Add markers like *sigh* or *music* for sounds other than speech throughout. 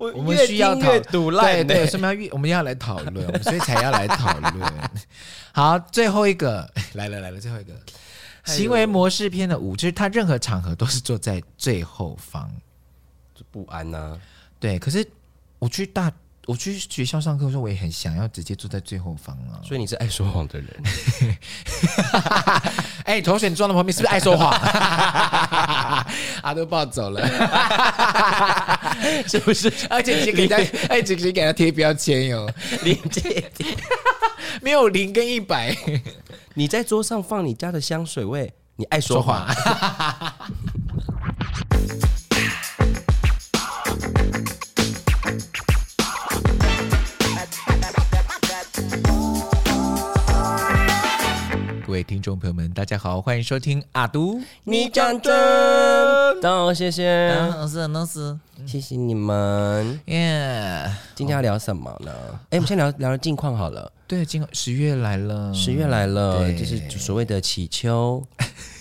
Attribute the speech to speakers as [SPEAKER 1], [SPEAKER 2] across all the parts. [SPEAKER 1] 我
[SPEAKER 2] 我们
[SPEAKER 1] 越
[SPEAKER 2] 需要
[SPEAKER 1] 听
[SPEAKER 2] 讨
[SPEAKER 1] 越堵烂
[SPEAKER 2] 对
[SPEAKER 1] 呢、
[SPEAKER 2] 对，所以我们要越我们要来讨论，我们所以才要来讨 *laughs* 论。好，最后一个 *laughs* 来了来了，最后一个
[SPEAKER 1] 哎呦
[SPEAKER 2] 行为模式篇的五，就是他任何场合都是坐在最后方。
[SPEAKER 1] 就不安啊呐、
[SPEAKER 2] 对，可是我去大我去学校上课的时候，我也很想要直接坐在最后方啊。
[SPEAKER 1] 所以你是爱说谎的 *laughs* 人，
[SPEAKER 2] 哎、同学，你坐在旁边是不 *laughs* 是爱说谎？啊，都抱走了，
[SPEAKER 1] 是不是？
[SPEAKER 2] *laughs* 而且只给 *laughs* 他，哎，只是给他贴标签哟，
[SPEAKER 1] 你这
[SPEAKER 2] 没有零跟一百。
[SPEAKER 1] *laughs* 你在桌上放你家的香水味，你爱说 *laughs* 谎。
[SPEAKER 2] 各位听众朋友们，大家好，欢迎收听阿都。
[SPEAKER 1] 你讲真，到谢谢，
[SPEAKER 2] 嗯，是那是，
[SPEAKER 1] 谢谢你们。
[SPEAKER 2] 耶！
[SPEAKER 1] 今天要聊什么呢？哎、我们先聊聊近况好了。
[SPEAKER 2] 对，今十月来了，
[SPEAKER 1] 十月来了，就是所谓的起 *laughs* 秋，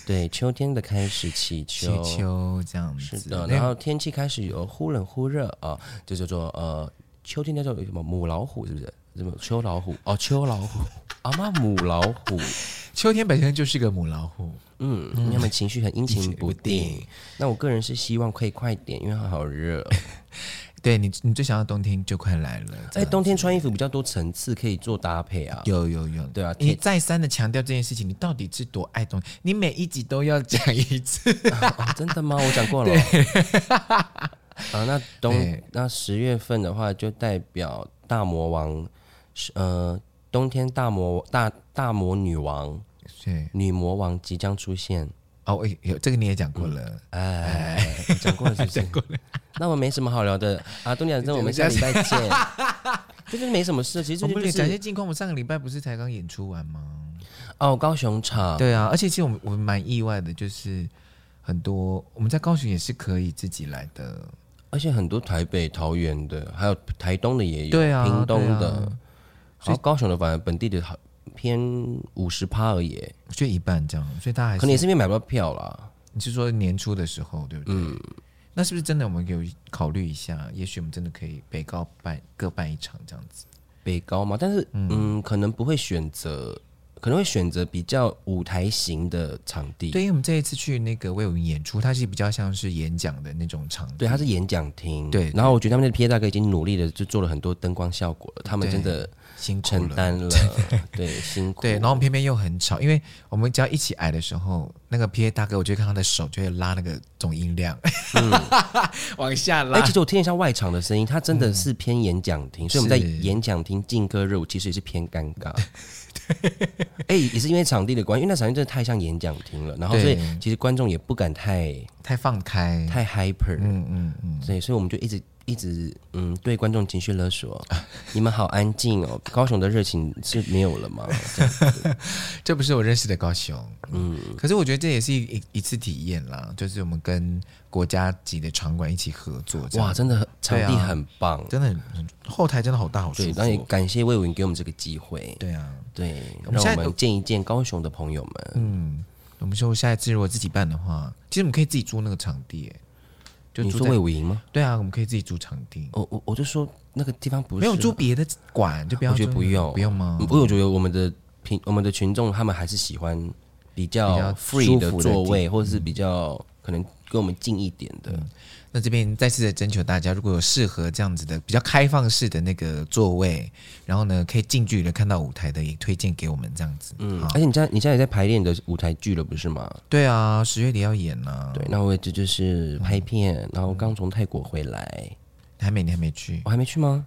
[SPEAKER 1] 对，秋天的开始起
[SPEAKER 2] 气
[SPEAKER 1] 秋。
[SPEAKER 2] 球这样子，
[SPEAKER 1] 是的，哎然后天气开始有忽冷忽热啊，这叫做呃，秋天叫做什么母老虎是不是？什么秋老虎？哦，秋老 *laughs* 虎，阿妈母老虎。
[SPEAKER 2] 秋天本身就是个母老虎，
[SPEAKER 1] 嗯，因为他们情绪很阴晴不定。那我个人是希望可以快点，因为它好 *laughs* 热。
[SPEAKER 2] 对你，你最想要冬天就快来了。
[SPEAKER 1] 哎，冬天穿衣服比较多层次，可以做搭配啊。
[SPEAKER 2] 有有有，
[SPEAKER 1] 对啊 *laughs*
[SPEAKER 2] 你再三的强调这件事情，你到底是多爱冬？你每一集都要讲一 *laughs* 次。
[SPEAKER 1] 哦真的吗？我讲过了。 *laughs* 啊，那冬
[SPEAKER 2] 对
[SPEAKER 1] 那十月份的话，就代表大魔王，是呃，冬天大魔大大魔女王
[SPEAKER 2] 对，
[SPEAKER 1] 女魔王即将出现。
[SPEAKER 2] 哦，我有这个你也讲过了，
[SPEAKER 1] 哎，我讲过了是不是？那我没什么好聊的啊，东讲真，我们下礼拜见。这就是没什么事，其实
[SPEAKER 2] 我
[SPEAKER 1] 最
[SPEAKER 2] 们
[SPEAKER 1] 近
[SPEAKER 2] 得
[SPEAKER 1] 就
[SPEAKER 2] 展
[SPEAKER 1] 是
[SPEAKER 2] 现近况。我们上个礼拜不是才刚演出完吗？
[SPEAKER 1] 哦，高雄场，
[SPEAKER 2] 对啊，而且其实我们我们蛮意外的，就是很多我们在高雄也是可以自己来的。
[SPEAKER 1] 而且很多台北、桃园的，还有台东的也有，
[SPEAKER 2] 对啊
[SPEAKER 1] 屏东
[SPEAKER 2] 对
[SPEAKER 1] 的
[SPEAKER 2] 啊，
[SPEAKER 1] 所以高雄的反而本地的好偏五十趴而已，
[SPEAKER 2] 我觉得一半这样，所以他还
[SPEAKER 1] 可能也
[SPEAKER 2] 是
[SPEAKER 1] 是因为买不到票啦。
[SPEAKER 2] 你是说年初的时候对不对？嗯，那是不是真的我们有考虑一下？也许我们真的可以北高办各办一场这样子。
[SPEAKER 1] 北高嘛，但是嗯可能不会选择，可能会选择比较舞台型的场地。
[SPEAKER 2] 对，因为我们这一次去那个魏武营演出，它是比较像是演讲的那种场地。
[SPEAKER 1] 对，它是演讲厅。
[SPEAKER 2] 对
[SPEAKER 1] 然后我觉得他们的 P A 大哥已经努力的就做了很多灯光效果了，他们真的
[SPEAKER 2] 辛苦
[SPEAKER 1] 承
[SPEAKER 2] 了。
[SPEAKER 1] 担了，对，辛苦。
[SPEAKER 2] 对，然后我们偏偏又很吵，因为我们只要一起矮的时候，那个 P A 大哥，我就会看他的手就会拉那个总音量， *laughs* 往下
[SPEAKER 1] 嗯哎、
[SPEAKER 2] 拉。
[SPEAKER 1] 其实我听一下外场的声音，它真
[SPEAKER 2] 嗯
[SPEAKER 1] 的是偏演讲厅，所以我们在
[SPEAKER 2] 是
[SPEAKER 1] 演讲厅劲歌热舞，其实也是偏尴尬。 *laughs* 哎、也是因为场地的关系，因为那场地真的太像演讲厅了，然后所以
[SPEAKER 2] 对
[SPEAKER 1] 其实观众也不敢太
[SPEAKER 2] 太放开。
[SPEAKER 1] 太 hyper，、
[SPEAKER 2] 嗯嗯嗯，
[SPEAKER 1] 对，所以我们就一直一直嗯对观众情绪勒索，你们好安静哦，高雄的热情是没有了
[SPEAKER 2] *laughs*
[SPEAKER 1] 吗？这样
[SPEAKER 2] 这不是我认识的高雄，
[SPEAKER 1] 嗯，
[SPEAKER 2] 可是我觉得这也是一一一次体验啦，就是我们跟国家级的场馆一起合作，哇
[SPEAKER 1] 哇，，真的很场地
[SPEAKER 2] 对啊
[SPEAKER 1] 很棒，
[SPEAKER 2] 真的很很后台真的好大，好舒
[SPEAKER 1] 对，
[SPEAKER 2] 服哦
[SPEAKER 1] 那也。感谢魏文给我们这个机会，
[SPEAKER 2] 对啊，
[SPEAKER 1] 对，
[SPEAKER 2] 我们
[SPEAKER 1] 让
[SPEAKER 2] 现
[SPEAKER 1] 我
[SPEAKER 2] 在
[SPEAKER 1] 们见一见高雄的朋友们。
[SPEAKER 2] 嗯，我们说下一次如果自己办的话，其实我们可以自己租那个场地，哎就
[SPEAKER 1] 你
[SPEAKER 2] 租
[SPEAKER 1] 说
[SPEAKER 2] 在
[SPEAKER 1] 魏武营吗？
[SPEAKER 2] 对啊，我们可以自己租场地，
[SPEAKER 1] 我我我就说那个地方不是啊
[SPEAKER 2] 没有租，别的馆就不要
[SPEAKER 1] 我觉
[SPEAKER 2] 租
[SPEAKER 1] 得
[SPEAKER 2] 那个，
[SPEAKER 1] 不用
[SPEAKER 2] 不用吗
[SPEAKER 1] 嗯？我有觉得我们的平我们的群众他们还是喜欢比
[SPEAKER 2] 比较
[SPEAKER 1] 较
[SPEAKER 2] 舒
[SPEAKER 1] free
[SPEAKER 2] 服的
[SPEAKER 1] 的座位，或者是比较可能跟我们近一点的。
[SPEAKER 2] 那这边再次的征求大家，如果有适合这样子的比较开放式的那个座位，然后呢可以近距离的看到舞台的，也推荐给我们这样子。
[SPEAKER 1] 嗯
[SPEAKER 2] 嗯，，
[SPEAKER 1] 而且你现在你现在也在排练你的舞台剧了，不是吗？
[SPEAKER 2] 对啊，十月底要演呢、啊，
[SPEAKER 1] 对，那我也这就是拍片，然后刚从泰国回来，
[SPEAKER 2] 还没你还没去，
[SPEAKER 1] 我还没去
[SPEAKER 2] *laughs*
[SPEAKER 1] 吗？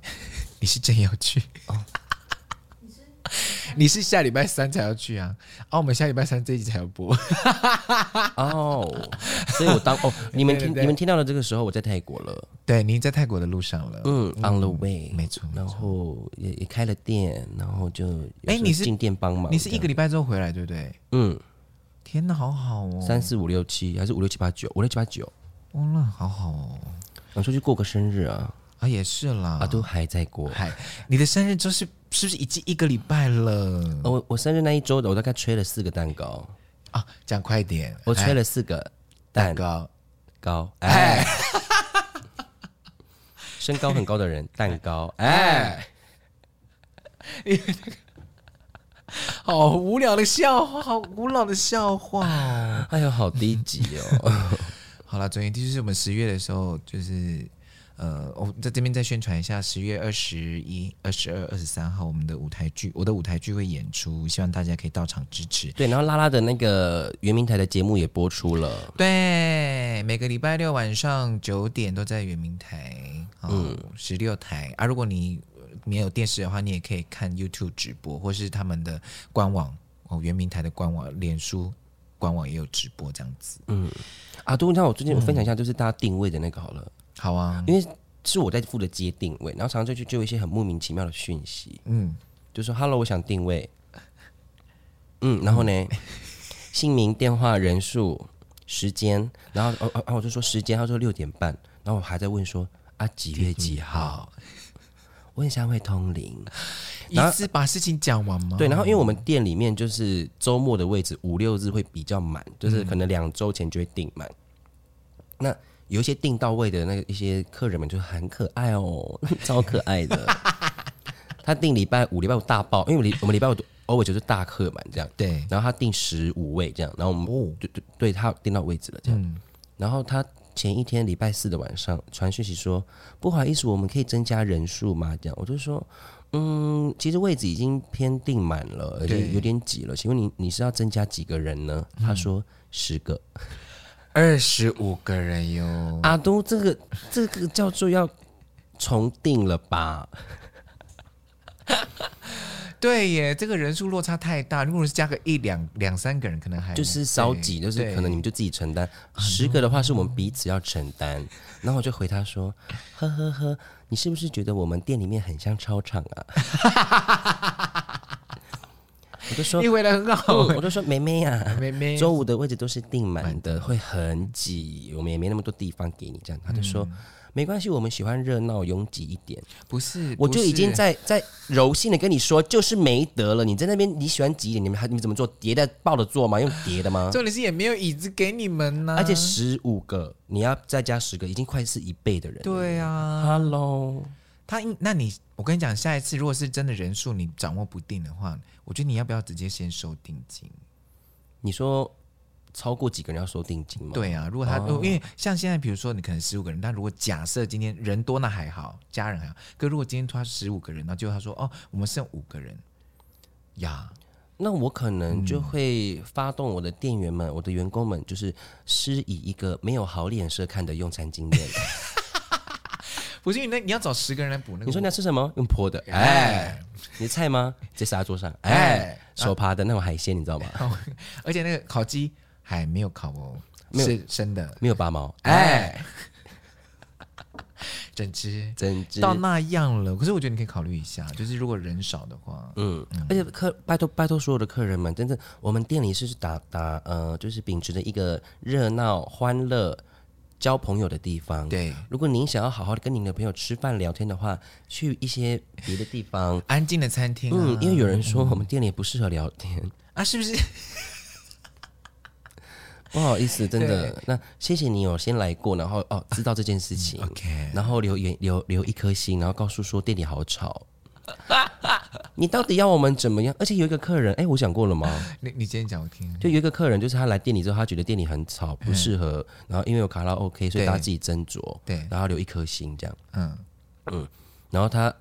[SPEAKER 2] 你是真要去？哦， *laughs* 你是下礼拜三才要去啊？啊，我们下礼拜三这一集才要播。
[SPEAKER 1] 哦，所以我当哦，你们听
[SPEAKER 2] 对对
[SPEAKER 1] 你们听到的这个时候，我在泰国了，
[SPEAKER 2] 对，您在泰国的路上了。
[SPEAKER 1] 嗯，on the way，
[SPEAKER 2] 没错没
[SPEAKER 1] 然后也也开了店，然后就有
[SPEAKER 2] 哎
[SPEAKER 1] 时候
[SPEAKER 2] 你是
[SPEAKER 1] 进店帮忙，
[SPEAKER 2] 你是一个礼拜之后回来，对不对？
[SPEAKER 1] 嗯，
[SPEAKER 2] 天哪，好好哦，
[SPEAKER 1] 三四五六七还是五六七八九，五六七八九，
[SPEAKER 2] 哇，那好好哦。
[SPEAKER 1] 想出去过个生日啊，
[SPEAKER 2] 啊，也是啦。
[SPEAKER 1] 啊，都还在过。
[SPEAKER 2] 嗨，你的生日就是是不是已经一个礼拜了？
[SPEAKER 1] 哦，我我生日那一周的，我大概吹了四个蛋糕，
[SPEAKER 2] 啊，讲快点，
[SPEAKER 1] 我
[SPEAKER 2] 嗨
[SPEAKER 1] 吹了四个蛋
[SPEAKER 2] *laughs* 蛋糕。
[SPEAKER 1] 糕，哎，身高很高的人，蛋糕，哎，
[SPEAKER 2] 好无聊的笑话，好古老的笑话哦。
[SPEAKER 1] 哎呦，好低级
[SPEAKER 2] *laughs*
[SPEAKER 1] 哦。
[SPEAKER 2] 好了，总言之就是我们十月的时候，就是呃，我在这边再宣传一下，十月二十一、二十二、二十三号我们的舞台剧，我的舞台剧会演出，希望大家可以到场支持。
[SPEAKER 1] 对，然后拉拉的那个圆明台的节目也播出了，
[SPEAKER 2] 对，每个礼拜六晚上九点都在圆明台，嗯，十六台啊。如果你呃没有电视的话，你也可以看 YouTube 直播，或是他们的官网哦，圆明台的官网、脸书官网也有直播这样子。
[SPEAKER 1] 啊，对，那我最近我分享一下，就是大家定位的那个好了，
[SPEAKER 2] 好啊，
[SPEAKER 1] 因为是我在负责接定位，然后常常就就就有一些很莫名其妙的讯息，
[SPEAKER 2] 嗯，
[SPEAKER 1] 就说 “hello，我想定位”，嗯，然后呢，姓名、电话、人数、时间，然后哦哦哦，我就说时间，他说六点半，然后我还在问说啊几月几号，问一下会通灵，
[SPEAKER 2] 一次把事情讲完吗？
[SPEAKER 1] 对，然后因为我们店里面就是周末的位置五六日会比较满，就是可能两周前就会订满。那有一些订到位的那个一些客人们就很可爱哦， *laughs* 超可爱的。他订礼拜五、礼拜五大爆，因为我们礼我们礼拜五都偶尔就是大客满这样。
[SPEAKER 2] 对，
[SPEAKER 1] 然后他订十五位这样，然后我们
[SPEAKER 2] 哦，
[SPEAKER 1] 对对对他订到位置了这样。
[SPEAKER 2] 嗯
[SPEAKER 1] 然后他前一天礼拜四的晚上传讯息说：“不好意思，我们可以增加人数吗？”这样我就说：“嗯，其实位置已经偏订满了，而且
[SPEAKER 2] 对
[SPEAKER 1] 有点挤了。请问你你是要增加几个人呢？”他说：“十个。
[SPEAKER 2] 二十五个人哟，
[SPEAKER 1] 阿都，这个这个叫做要重订了吧？
[SPEAKER 2] 啊对耶，这个人数落差太大。如果是加个一两两三个人，可能还
[SPEAKER 1] 就是稍挤，
[SPEAKER 2] 哎对
[SPEAKER 1] 就是
[SPEAKER 2] 对啊
[SPEAKER 1] 可能你们就自己承担。十个的话是我们彼此要承担。然后我就回他说：“呵呵呵，你是不是觉得我们店里面很像操场啊？” *laughs* 我就说
[SPEAKER 2] 你，回来很好，
[SPEAKER 1] 嗯我就说妹妹呀、啊，
[SPEAKER 2] 妹妹
[SPEAKER 1] 周五的位置都是订满的，会很挤，我们也没那么多地方给你这样。他就说。没关系，我们喜欢热闹拥挤一点。
[SPEAKER 2] 不嗯是，
[SPEAKER 1] 我就已经
[SPEAKER 2] 不是
[SPEAKER 1] 在在柔性的跟你说，就是没得了。你在那边你喜欢挤一点，你们还你们怎么做？叠的抱着做吗？用叠的吗？
[SPEAKER 2] 重点是也没有椅子给你们呢、
[SPEAKER 1] 而且十五个，你要再加十个，已经快是一倍的人。
[SPEAKER 2] 对啊，
[SPEAKER 1] ，Hello，
[SPEAKER 2] 他应那你我跟你讲，下一次如果是真的人数你掌握不定的话，我觉得你要不要直接先收定金？
[SPEAKER 1] 你说超过几个人要收定金吗？，
[SPEAKER 2] 对啊，如果他、因为像现在比如说你可能十五个人，但如果假设今天人多那还好，家人还好，可如果今天他十五个人，然后就他说哦，我们剩五个人呀，
[SPEAKER 1] 那我可能就会发动我的店员们、我的员工们，就是施以一个没有好脸色看的用餐经
[SPEAKER 2] *laughs*
[SPEAKER 1] 验。
[SPEAKER 2] 不是因为那你要找十个人来补那个，
[SPEAKER 1] 你说你要吃什么？用泼的，哎，
[SPEAKER 2] 哎
[SPEAKER 1] 你的菜吗？直接撒在桌上，哎
[SPEAKER 2] 哎，
[SPEAKER 1] 手扒的那种海鲜，你知道吗？
[SPEAKER 2] 哦，而且那个烤鸡还没有烤哦，
[SPEAKER 1] 没有
[SPEAKER 2] 是生的，
[SPEAKER 1] 没有拔毛，
[SPEAKER 2] *laughs* 哎，整只
[SPEAKER 1] 整只
[SPEAKER 2] 到那样了。可是我觉得你可以考虑一下，就是如果人少的话，
[SPEAKER 1] 嗯，而且客拜托拜托所有的客人们，真的，我们店里是打打呃，就是秉持着一个热闹、欢乐、交朋友的地方。，
[SPEAKER 2] 对，。
[SPEAKER 1] 如果您想要好好的跟您的朋友吃饭聊天的话，去一些别的地方
[SPEAKER 2] 安静的餐厅、啊，
[SPEAKER 1] 嗯，因为有人说我们店里不适合聊天，
[SPEAKER 2] 啊，是不是？
[SPEAKER 1] 不好意思，真的。那谢谢你有哦先来过，然后哦知道这件事情
[SPEAKER 2] OK
[SPEAKER 1] 然后留言留留一颗心，然后告诉说店里好吵。 *laughs* 你到底要我们怎么样？而且有一个客人，哎，我讲过了吗？
[SPEAKER 2] *laughs* 你你今天讲我听，
[SPEAKER 1] 就有一个客人，就是他来店里之后，他觉得店里很吵，不适合，然后因为有卡拉 OK，所以
[SPEAKER 2] 对
[SPEAKER 1] 大家自己斟酌，
[SPEAKER 2] 对
[SPEAKER 1] 然后留一颗心这样。
[SPEAKER 2] 嗯，
[SPEAKER 1] 然后他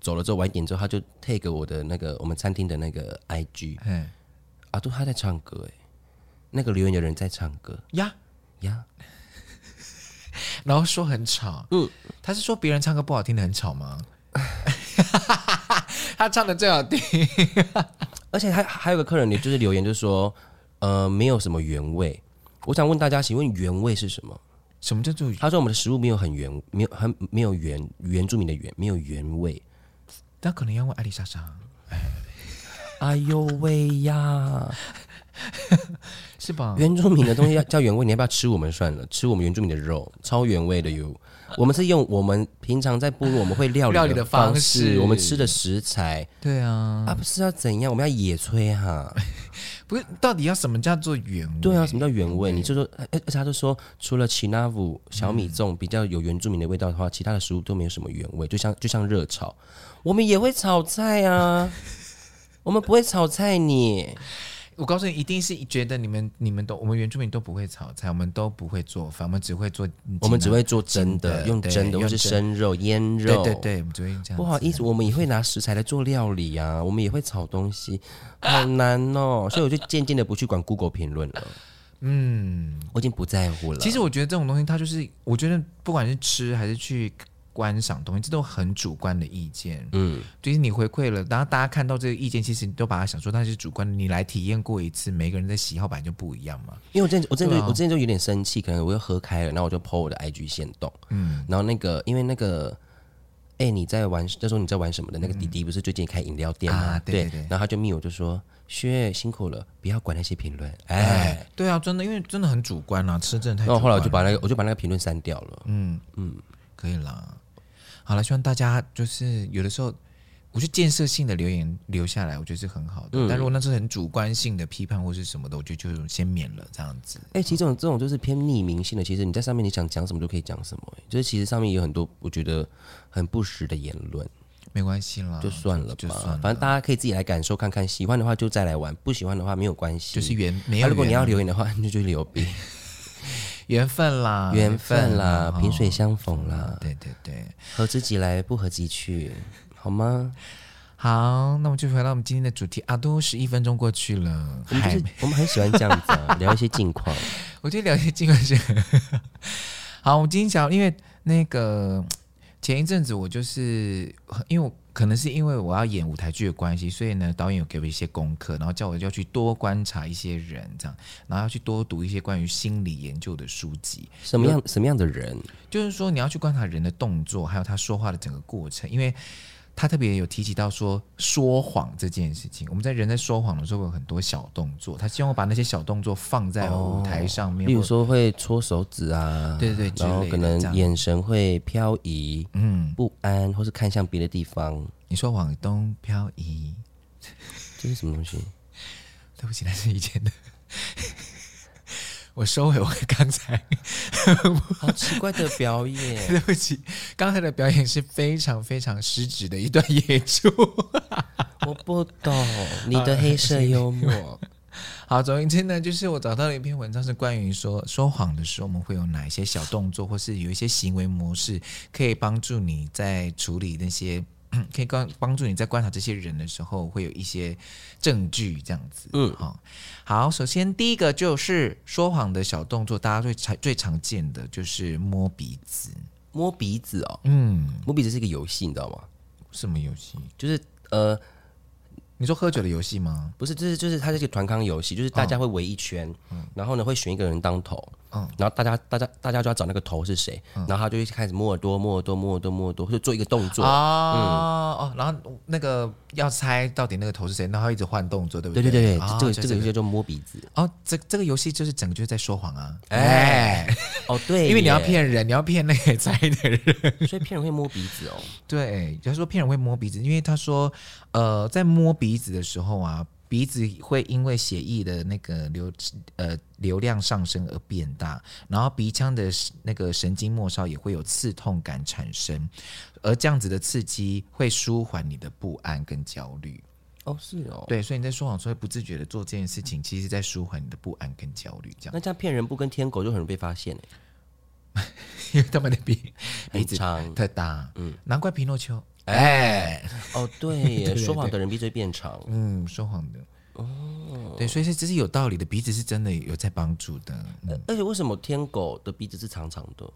[SPEAKER 1] 走了之后，晚一点之后，他就 take 我的那个我们餐厅的那个 IG
[SPEAKER 2] 嗯
[SPEAKER 1] 啊，对，他在唱歌哎，那个留言的人在唱歌
[SPEAKER 2] 呀，
[SPEAKER 1] 呀，
[SPEAKER 2] 然后说很吵，嗯，他是说别人唱歌不好听的很吵吗？ *laughs* 他唱的最好听，
[SPEAKER 1] 而且还还有个客人，就是留言就说，呃，没有什么原味。我想问大家，请问原味是什么？
[SPEAKER 2] 什么叫做
[SPEAKER 1] 他说我们的食物没有很原，没有很没有原原住民的原，没有原味。
[SPEAKER 2] 那可能要问艾丽莎莎。
[SPEAKER 1] 哎呦喂呀！
[SPEAKER 2] 是吧？
[SPEAKER 1] 原住民的东西要 *laughs* 叫原味，你要不要吃我们算了？吃我们原住民的肉，超原味的哟。我们是用我们平常在部落我们会料
[SPEAKER 2] 料理
[SPEAKER 1] 理
[SPEAKER 2] 的
[SPEAKER 1] 方
[SPEAKER 2] 方式
[SPEAKER 1] 我们吃的食材
[SPEAKER 2] 对啊，
[SPEAKER 1] 啊，不是要怎样？我们要野炊哈、
[SPEAKER 2] 不是，到底要什么叫做原味？
[SPEAKER 1] 对啊，什么叫原
[SPEAKER 2] 嗯
[SPEAKER 1] 味？你就说，哎而而且他就说，除了奇纳夫小米粽比较有原住民的味道的话，其他的食物都没有什么原味，就像就像热炒，我们也会炒菜啊， *laughs* 我们不会炒菜你，
[SPEAKER 2] 啊我告诉你，一定是觉得你们、你们都，我们原住民都不会炒菜，我们都不会做饭，我们只会做，
[SPEAKER 1] 我们只会做蒸的，
[SPEAKER 2] 对
[SPEAKER 1] 用蒸的
[SPEAKER 2] 用
[SPEAKER 1] 或是
[SPEAKER 2] 蒸
[SPEAKER 1] 生肉、腌
[SPEAKER 2] 对
[SPEAKER 1] 肉，
[SPEAKER 2] 对对，我们只会这样。
[SPEAKER 1] 不好意思，我们也会拿食材来做料理啊，我们也会炒东西，好难哦。所以我就渐渐的不去管 Google 评论了，
[SPEAKER 2] 嗯，
[SPEAKER 1] 我已经不在乎了。
[SPEAKER 2] 其实我觉得这种东西，它就是，我觉得不管是吃还是去观赏东西，这都很主观的意见。
[SPEAKER 1] 嗯，
[SPEAKER 2] 就是你回馈了，然后大家看到这个意见，其实你都把它想说它是主观的。你来体验过一次，每个人的喜好本来就不一样嘛。
[SPEAKER 1] 因为我之前我之前就、
[SPEAKER 2] 对啊
[SPEAKER 1] 我之前就有点生气，可能我又喝开了，然后我就 PO 我的 IG 限动，
[SPEAKER 2] 嗯，
[SPEAKER 1] 然后那个因为那个。哎、你在玩？就说你在玩什么的？那个弟弟不是最近开饮料店吗？
[SPEAKER 2] 嗯啊对对对
[SPEAKER 1] 然后他就密我，就说：“薛辛苦了，不要管那些评论。”哎
[SPEAKER 2] 哎，，对啊，真的，因为真的很主观啦，吃真的
[SPEAKER 1] 然
[SPEAKER 2] 太主观
[SPEAKER 1] 后
[SPEAKER 2] 了。
[SPEAKER 1] 后来我就把那个我就把那个评论删掉了。
[SPEAKER 2] 嗯，嗯，可以啦。好了，希望大家就是有的时候，我觉得建设性的留言留下来，我觉得是很好的。
[SPEAKER 1] 嗯
[SPEAKER 2] 但如果那是很主观性的批判或是什么的，我觉得就先免了这样子。
[SPEAKER 1] 哎、其实这种这种就是偏匿名性的，其实你在上面你想讲什么就可以讲什么、哎就是其实上面有很多我觉得很不实的言论，
[SPEAKER 2] 没关系啦，
[SPEAKER 1] 就算了吧，
[SPEAKER 2] 啊就算了，
[SPEAKER 1] 反正大家可以自己来感受看看，喜欢的话就再来玩，不喜欢的话没有关系。
[SPEAKER 2] 就是缘没
[SPEAKER 1] 啊、
[SPEAKER 2] 有缘、
[SPEAKER 1] 如果你要留言的话，那就留呗，
[SPEAKER 2] 缘啊分啦，
[SPEAKER 1] *laughs* 缘分啦，
[SPEAKER 2] 哦
[SPEAKER 1] 萍水相逢啦，
[SPEAKER 2] 对对对，
[SPEAKER 1] 合知即来，不合即去，好吗？
[SPEAKER 2] 好，那我们就回到我们今天的主题啊，都十一分钟过去了，
[SPEAKER 1] 我们就
[SPEAKER 2] 还
[SPEAKER 1] 是我们很喜欢这样子
[SPEAKER 2] *laughs*
[SPEAKER 1] 啊，聊一些近况。
[SPEAKER 2] 我觉得了解金管是 *laughs* 好。我今天讲，因为那个前一阵子我就是因为我可能是因为我要演舞台剧的关系，所以呢，导演有给我一些功课，然后叫我要去多观察一些人，这样，然后要去多读一些关于心理研究的书籍。
[SPEAKER 1] 什么样什么样的人？
[SPEAKER 2] 就是说你要去观察人的动作，还有他说话的整个过程，因为他特别有提及到说说谎这件事情。我们在人在说谎的时候会有很多小动作，他希望我把那些小动作放在舞台上面，
[SPEAKER 1] 例如
[SPEAKER 2] 或者
[SPEAKER 1] 说会搓手指啊，
[SPEAKER 2] 对对之
[SPEAKER 1] 然后
[SPEAKER 2] 类
[SPEAKER 1] 可
[SPEAKER 2] 的这
[SPEAKER 1] 能
[SPEAKER 2] 样
[SPEAKER 1] 眼神会飘移，
[SPEAKER 2] 嗯，
[SPEAKER 1] 不安，或是看向别的地方，
[SPEAKER 2] 你说往东漂移，
[SPEAKER 1] 这是什么东西？
[SPEAKER 2] 对不起，那是以前的。 *laughs* 我收回我刚才，
[SPEAKER 1] *laughs* 好奇怪的表演，
[SPEAKER 2] 对不起，刚才的表演是非常非常失职的一段演出。
[SPEAKER 1] *laughs* 我不懂你的黑色幽默。
[SPEAKER 2] 好，总而言之呢，就是我找到了一篇文章，是关于说说谎的时候，我们会有哪一些小动作，或是有一些行为模式，可以帮助你在处理那些，可以帮帮助你在观察这些人的时候，会有一些证据这样子。
[SPEAKER 1] 嗯
[SPEAKER 2] 好、好，首先第一个就是说谎的小动作，大家最常最常见的就是摸鼻子。
[SPEAKER 1] *laughs* 摸鼻子哦，
[SPEAKER 2] 嗯，
[SPEAKER 1] 摸鼻子是一个游戏，你知道吗？
[SPEAKER 2] 什么游戏？
[SPEAKER 1] 就是呃，
[SPEAKER 2] 你说喝酒的游戏吗？
[SPEAKER 1] 不是，就是就是它是一个团康游戏，就是大家会围一圈，然后呢会选一个人当头，
[SPEAKER 2] 嗯
[SPEAKER 1] 然后大家大家大家就要找那个头是谁，然后他就会开始摸耳朵摸耳朵摸耳朵摸耳朵，就做一个动作。
[SPEAKER 2] 哦、哦，然后那个要猜到底那个头是谁，然后他一直换动作，对不
[SPEAKER 1] 对对
[SPEAKER 2] 对
[SPEAKER 1] 对对，
[SPEAKER 2] 哦
[SPEAKER 1] 这个
[SPEAKER 2] 就
[SPEAKER 1] 这个游戏叫做摸鼻子。
[SPEAKER 2] 哦，这这个游戏就是整个就是在说谎啊，
[SPEAKER 1] 哎
[SPEAKER 2] 哎，
[SPEAKER 1] 哦，对耶，
[SPEAKER 2] 因为你要骗人，你要骗那个猜的人。
[SPEAKER 1] 所以骗人会摸鼻子哦。
[SPEAKER 2] 对，他说骗人会摸鼻子，因为他说，呃，在摸鼻子的时候啊，鼻子会因为血液的那个流呃流量上升而变大，然后鼻腔的那个神经末梢也会有刺痛感产生，而这样子的刺激会舒缓你的不安跟焦虑。
[SPEAKER 1] 哦，是哦。
[SPEAKER 2] 对，所以你在说谎的时候会不自觉的做这件事情，其实在舒缓你的不安跟焦虑，这样， *laughs*
[SPEAKER 1] 那这样骗人不跟天狗就很容易被发现耶啊
[SPEAKER 2] 因为他们的鼻
[SPEAKER 1] 很
[SPEAKER 2] 鼻子
[SPEAKER 1] 长。
[SPEAKER 2] 特大，嗯，难怪皮诺丘，
[SPEAKER 1] 哎，哦，
[SPEAKER 2] *laughs*
[SPEAKER 1] 对耶，
[SPEAKER 2] 对对
[SPEAKER 1] 说谎的人鼻子会变长。
[SPEAKER 2] 嗯，说谎的。哦，对，所以是这是有道理的，鼻子是真的有在帮助的，嗯，
[SPEAKER 1] 呃而且为什么天狗的鼻子是长长的？